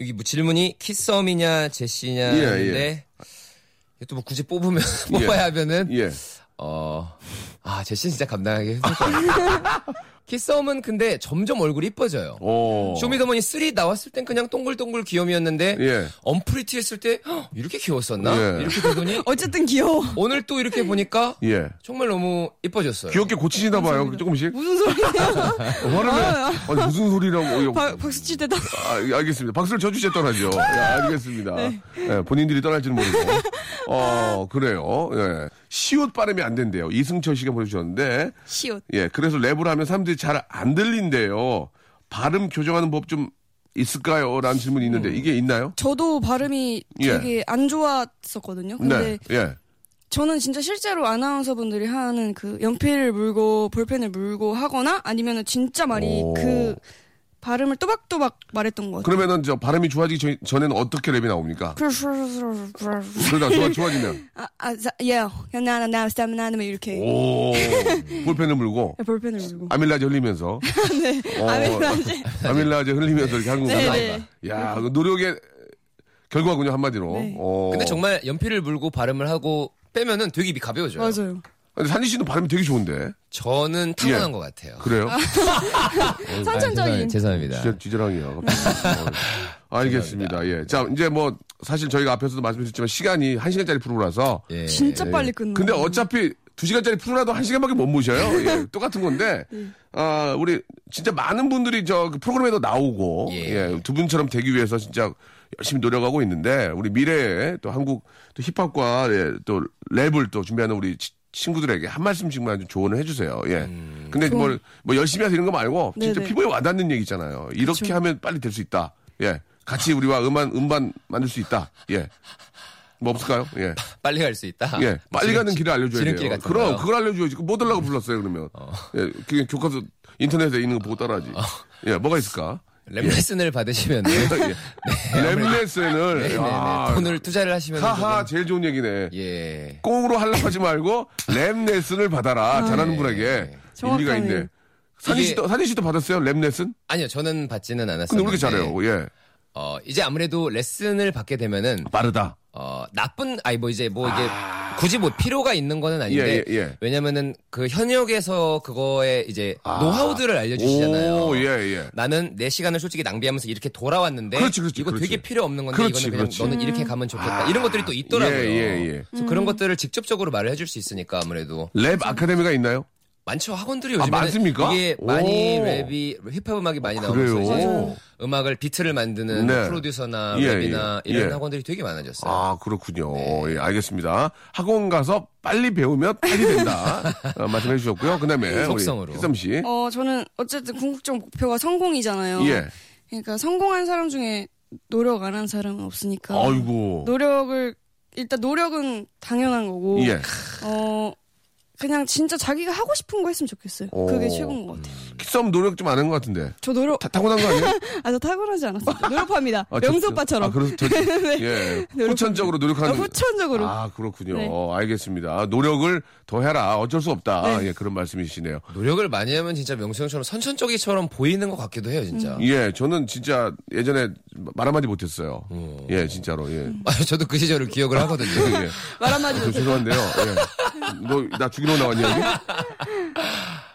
[SPEAKER 4] 여기 뭐 질문이 키썸이냐 제시냐
[SPEAKER 1] 예,
[SPEAKER 4] 했는데 또 뭐 굳이 뽑으면 뽑아야 하면은
[SPEAKER 1] 예.
[SPEAKER 4] 어, 아, 제신 진짜 감당하기 힘들 것 같아요. 키썸은 근데 점점 얼굴이 이뻐져요.
[SPEAKER 1] 오.
[SPEAKER 4] 쇼미더머니 3 나왔을 땐 그냥 동글동글 귀염이었는데
[SPEAKER 1] 예.
[SPEAKER 4] 언프리티 했을 때 "헉, 이렇게 귀여웠었나?
[SPEAKER 1] 예.
[SPEAKER 4] 이렇게 보더니
[SPEAKER 5] 어쨌든 귀여워.
[SPEAKER 4] 오늘 또 이렇게 보니까
[SPEAKER 1] 예.
[SPEAKER 4] 정말 너무 이뻐졌어요.
[SPEAKER 1] 귀엽게 고치시나 봐요, 조금씩.
[SPEAKER 4] 뭐,
[SPEAKER 5] 무슨 소리예요?
[SPEAKER 1] 화를 내. 아니, 무슨 소리라고. 예.
[SPEAKER 5] 박- 박수 칠 때다.
[SPEAKER 1] 아, 예, 알겠습니다. 박수를 쳐주셔야 떠나죠. 예, 알겠습니다.
[SPEAKER 4] 네.
[SPEAKER 1] 예, 본인들이 떠날지는 모르고. 어, 그래요. 예. 시옷 발음이 안 된대요. 이승철 씨가 보내주셨는데.
[SPEAKER 5] 시옷.
[SPEAKER 1] 예, 그래서 랩을 하면 사람들이 잘 안 들린대요. 발음 교정하는 법 좀 있을까요? 라는 질문이 있는데 이게 있나요?
[SPEAKER 5] 저도 발음이
[SPEAKER 1] 예.
[SPEAKER 5] 되게 안 좋았었거든요. 근데
[SPEAKER 1] 예.
[SPEAKER 5] 저는 진짜 실제로 아나운서분들이 하는 그 연필을 물고 볼펜을 물고 하거나 아니면은 진짜 많이
[SPEAKER 1] 오.
[SPEAKER 5] 그 발음을 또박또박 말했던 것 같아요.
[SPEAKER 1] 그러면은 저 발음이 좋아지기 전- 전에는 어떻게 랩이 나옵니까? 그러다 좋아, 좋아지면.
[SPEAKER 5] 아, 아, 자, 예. 나나 나, 스타면 나나면 이렇게 예,
[SPEAKER 1] 오. 볼펜을 물고.
[SPEAKER 5] 볼펜을 물고.
[SPEAKER 1] 아밀라제 흘리면서. 네.
[SPEAKER 5] 아밀라제.
[SPEAKER 1] 아밀라제 흘리면서 이렇게 한국
[SPEAKER 5] 네,
[SPEAKER 1] 가사가.
[SPEAKER 5] 네.
[SPEAKER 1] 야, 그 노력의 결과군요, 한마디로.
[SPEAKER 5] 네.
[SPEAKER 1] 어.
[SPEAKER 4] 근데 정말 연필을 물고 발음을 하고 빼면은 되게 입이 가벼워져요.
[SPEAKER 5] 맞아요.
[SPEAKER 1] 근데 산지 씨는 발음이 되게 좋은데.
[SPEAKER 4] 저는 타고난
[SPEAKER 1] 예.
[SPEAKER 4] 것 같아요.
[SPEAKER 1] 그래요? 네,
[SPEAKER 5] 선천적인.
[SPEAKER 4] 아, 죄송합니다.
[SPEAKER 1] 진짜 뒤져랑이야. 알겠습니다. 예. 자, 이제 뭐, 사실 저희가 앞에서도 말씀드렸지만 시간이 한시간짜리 프로라서.
[SPEAKER 4] 예.
[SPEAKER 5] 진짜 빨리 끝나.
[SPEAKER 1] 근데 어차피 두시간짜리 프로라도 한시간밖에못 모셔요. 예, 똑같은 건데. 아, 우리 진짜 많은 분들이 저그 프로그램에도 나오고.
[SPEAKER 4] 예.
[SPEAKER 1] 예, 두 분처럼 되기 위해서 진짜 열심히 노력하고 있는데 우리 미래에 또 한국 또 힙합과 예, 또 랩을 또 준비하는 우리 치- 친구들에게 한 말씀씩만 좀 조언을 해주세요. 예. 근데 뭘, 뭐 열심히 해서 이런 거 말고 진짜
[SPEAKER 5] 네네.
[SPEAKER 1] 피부에 와닿는 얘기잖아요. 이렇게 하면 빨리 될 수 있다. 예. 같이 우리와 음반, 음반 만들 수 있다. 예. 뭐 없을까요? 예.
[SPEAKER 4] 빨리 갈 수 있다.
[SPEAKER 1] 예, 빨리
[SPEAKER 4] 아, 지름-
[SPEAKER 1] 가는 길을 알려줘야
[SPEAKER 4] 지름길
[SPEAKER 1] 돼요.
[SPEAKER 4] 같은
[SPEAKER 1] 그럼
[SPEAKER 4] 거요?
[SPEAKER 1] 그걸 알려줘야지. 그뭐 달라고 불렀어요 그러면. 예, 그게 교과서 인터넷에 있는 거 보고 따라하지.
[SPEAKER 4] 어.
[SPEAKER 1] 예, 뭐가 있을까?
[SPEAKER 4] 랩 레슨을 받으시면 네,
[SPEAKER 1] 예. 랩레슨을 아,
[SPEAKER 4] 돈을 투자를 하시면
[SPEAKER 1] 하하 제일 좋은 얘기네.
[SPEAKER 4] 네, 예.
[SPEAKER 1] 꽁으로 하려고 하지 말고 랩 레슨을 받아라. 잘하는 분에게 일리가
[SPEAKER 5] 네. 정확하네요.
[SPEAKER 1] 있네. 산희
[SPEAKER 4] 이게-
[SPEAKER 1] 씨도 산희 씨도 받았어요 랩 레슨?
[SPEAKER 4] 아니요, 저는 받지는 네.
[SPEAKER 1] 근데
[SPEAKER 4] 않았어요.
[SPEAKER 1] 왜 이렇게 잘해요? 예,
[SPEAKER 4] 어, 이제 아무래도 레슨을 받게 되면은
[SPEAKER 1] 빠르다.
[SPEAKER 4] 어, 나쁜 아니 뭐 이제 뭐 이게 굳이 뭐 필요가 있는 거는 아닌데
[SPEAKER 1] 예, 예, 예.
[SPEAKER 4] 왜냐면은 그 현역에서 그거에 이제
[SPEAKER 1] 아.
[SPEAKER 4] 노하우들을 알려주시잖아요.
[SPEAKER 1] 오, 예, 예.
[SPEAKER 4] 나는 내 시간을 솔직히 낭비하면서 이렇게 돌아왔는데
[SPEAKER 1] 그렇지, 그렇지,
[SPEAKER 4] 이거
[SPEAKER 1] 그렇지.
[SPEAKER 4] 되게 필요 없는 건데
[SPEAKER 1] 그렇지,
[SPEAKER 4] 이거는 그냥
[SPEAKER 1] 그렇지. 아,
[SPEAKER 4] 너는 이렇게 가면 좋겠다 이런 것들이 또 있더라고요.
[SPEAKER 1] 예, 예, 예.
[SPEAKER 4] 그래서 그런 것들을 직접적으로 말을 해줄 수 있으니까 아무래도
[SPEAKER 1] 랩 아카데미가 있나요?
[SPEAKER 4] 많죠 학원들이 요즘에
[SPEAKER 1] 아, 많습니까?
[SPEAKER 4] 이게 많이
[SPEAKER 1] 오. 아,
[SPEAKER 4] 랩이 힙합 음악이 많이
[SPEAKER 1] 그래요?
[SPEAKER 4] 나오면서 이제 음악을 비트를 만드는
[SPEAKER 1] 네.
[SPEAKER 4] 프로듀서나
[SPEAKER 1] 예,
[SPEAKER 4] 랩이나
[SPEAKER 1] 예,
[SPEAKER 4] 이런
[SPEAKER 1] 예.
[SPEAKER 4] 학원들이 되게 많아졌어요.
[SPEAKER 1] 아, 그렇군요.
[SPEAKER 4] 네.
[SPEAKER 1] 예, 알겠습니다. 학원 가서 빨리 배우면 빨리 된다. 어, 말씀해 주셨고요. 그 다음에.
[SPEAKER 4] 속성으로.
[SPEAKER 1] 희섬 씨.
[SPEAKER 5] 어, 저는 어쨌든 궁극적 목표가 성공이잖아요.
[SPEAKER 1] 예.
[SPEAKER 5] 그러니까 성공한 사람 중에 노력 안 한 사람은 없으니까.
[SPEAKER 1] 아이고.
[SPEAKER 5] 어. 노력을 일단 노력은 당연한 거고.
[SPEAKER 1] 예.
[SPEAKER 5] 어 그냥 진짜 자기가 하고 싶은 거 했으면 좋겠어요.
[SPEAKER 1] 오.
[SPEAKER 5] 그게 최고인 것 같아요.
[SPEAKER 1] 키썸 노력 좀 안 한 것 같은데.
[SPEAKER 5] 저 노력
[SPEAKER 1] 타, 타고난 거 아니에요?
[SPEAKER 5] 아저 탁월하지 않았어요. 노력합니다.
[SPEAKER 1] 아, 저-
[SPEAKER 5] 명수 오빠처럼. 네.
[SPEAKER 1] 아, 그래서 저, 예. 후천적으로 노력하는.
[SPEAKER 5] 아, 후천적으로.
[SPEAKER 1] 아, 그렇군요.
[SPEAKER 5] 네.
[SPEAKER 1] 어, 알겠습니다. 노력을 더 해라. 어쩔 수 없다.
[SPEAKER 5] 네.
[SPEAKER 1] 예, 그런 말씀이시네요.
[SPEAKER 4] 노력을 많이 하면 진짜 명수 형처럼 선천적이처럼 보이는 것 같기도 해요, 진짜.
[SPEAKER 1] 예, 저는 진짜 예전에 말 한마디 못했어요.
[SPEAKER 4] 음.
[SPEAKER 1] 예, 진짜로. 예.
[SPEAKER 5] 음.
[SPEAKER 4] 아, 저도 그 시절을 기억을 하거든요.
[SPEAKER 1] 예.
[SPEAKER 5] 말 한마디.
[SPEAKER 1] 저 죄송한데요. 예. 너 나 죽이러 나왔냐 여기?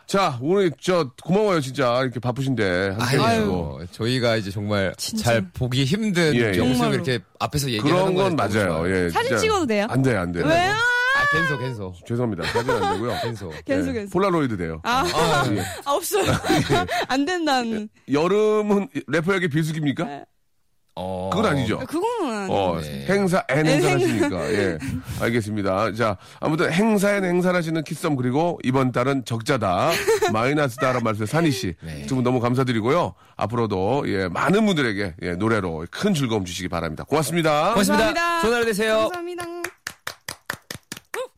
[SPEAKER 1] 자, 오늘 저 고마워요 진짜 이렇게 바쁘신데 함께 해주시고.
[SPEAKER 4] 아유, 저희가 이제 정말 잘 보기 힘든
[SPEAKER 1] 예, 예.
[SPEAKER 4] 명수
[SPEAKER 5] 정말로.
[SPEAKER 4] 형 이렇게 앞에서
[SPEAKER 1] 그런
[SPEAKER 4] 얘기하는
[SPEAKER 1] 건 맞아요. 예,
[SPEAKER 5] 사진
[SPEAKER 1] 진짜.
[SPEAKER 5] 찍어도 돼요?
[SPEAKER 1] 안 돼요, 안 돼요.
[SPEAKER 5] 왜요?
[SPEAKER 4] 아, 겐소, 겐소.
[SPEAKER 1] 죄송합니다. 사진 안 되고요.
[SPEAKER 4] 겐소.
[SPEAKER 5] 계속
[SPEAKER 1] 예,
[SPEAKER 5] 계속.
[SPEAKER 1] 폴라로이드 돼요.
[SPEAKER 5] 아,
[SPEAKER 4] 예.
[SPEAKER 5] 아, 없어요. 안 된다는.
[SPEAKER 1] 여름은 래퍼에게 비수기입니까?
[SPEAKER 5] 네.
[SPEAKER 4] 어.
[SPEAKER 1] 그건 아니죠.
[SPEAKER 5] 그거는 안 돼요.
[SPEAKER 1] 어, 행사, 엔 행사 하시니까. 예. 알겠습니다. 자, 아무튼 행사엔 행사하시는 키썸 그리고 이번 달은 적자다, 마이너스다라는 말씀 산희 씨. 두 분 너무 감사드리고요. 앞으로도 예, 많은 분들에게 예, 노래로 큰 즐거움 주시기 바랍니다. 고맙습니다.
[SPEAKER 4] 고맙습니다.
[SPEAKER 5] 감사합니다.
[SPEAKER 4] 좋은 하루 되세요.
[SPEAKER 5] 감사합니다.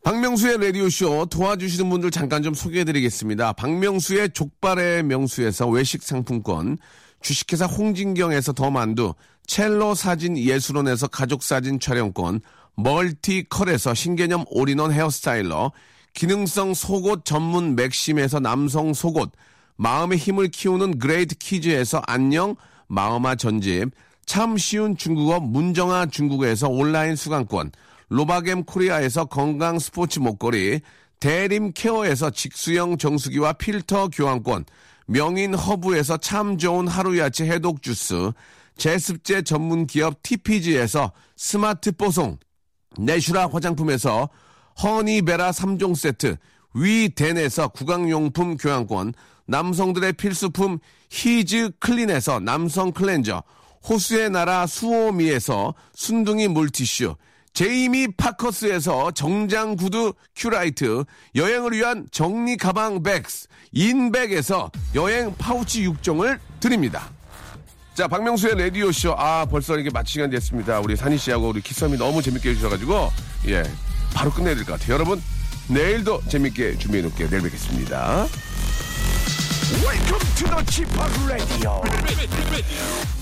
[SPEAKER 1] 박명수의 라디오쇼 도와주시는 분들 잠깐 좀 소개해드리겠습니다. 박명수의 족발의 명수에서 외식 상품권, 주식회사 홍진경에서 더 만두, 첼로 사진 예술원에서 가족사진 촬영권, 멀티컬에서 신개념 올인원 헤어스타일러, 기능성 속옷 전문 맥심에서 남성 속옷, 마음의 힘을 키우는 그레이트 키즈에서 안녕 마음아 전집, 참 쉬운 중국어 문정아 중국어에서 온라인 수강권, 로바겜 코리아에서 건강 스포츠 목걸이, 대림 케어에서 직수형 정수기와 필터 교환권, 명인 허브에서 참 좋은 하루 야채 해독 주스, 제습제 전문 기업 TPG에서 스마트 뽀송, 내슈라 화장품에서 허니베라 3종 세트, 위덴에서 구강용품 교환권, 남성들의 필수품 히즈 클린에서 남성 클렌저, 호수의 나라 수오미에서 순둥이 물티슈, 제이미 파커스에서 정장 구두 큐라이트, 여행을 위한 정리 가방 백스, 인백에서 여행 파우치 6종을 드립니다. 자, 박명수의 라디오쇼. 아, 벌써 이렇게 마칠 시간 됐습니다. 우리 산희 씨하고 우리 키썸이 너무 재밌게 해주셔가지고, 예, 바로 끝내야 될 것 같아요. 여러분, 내일도 재밌게 준비해놓을게요. 내일 뵙겠습니다.
[SPEAKER 3] ready, ready,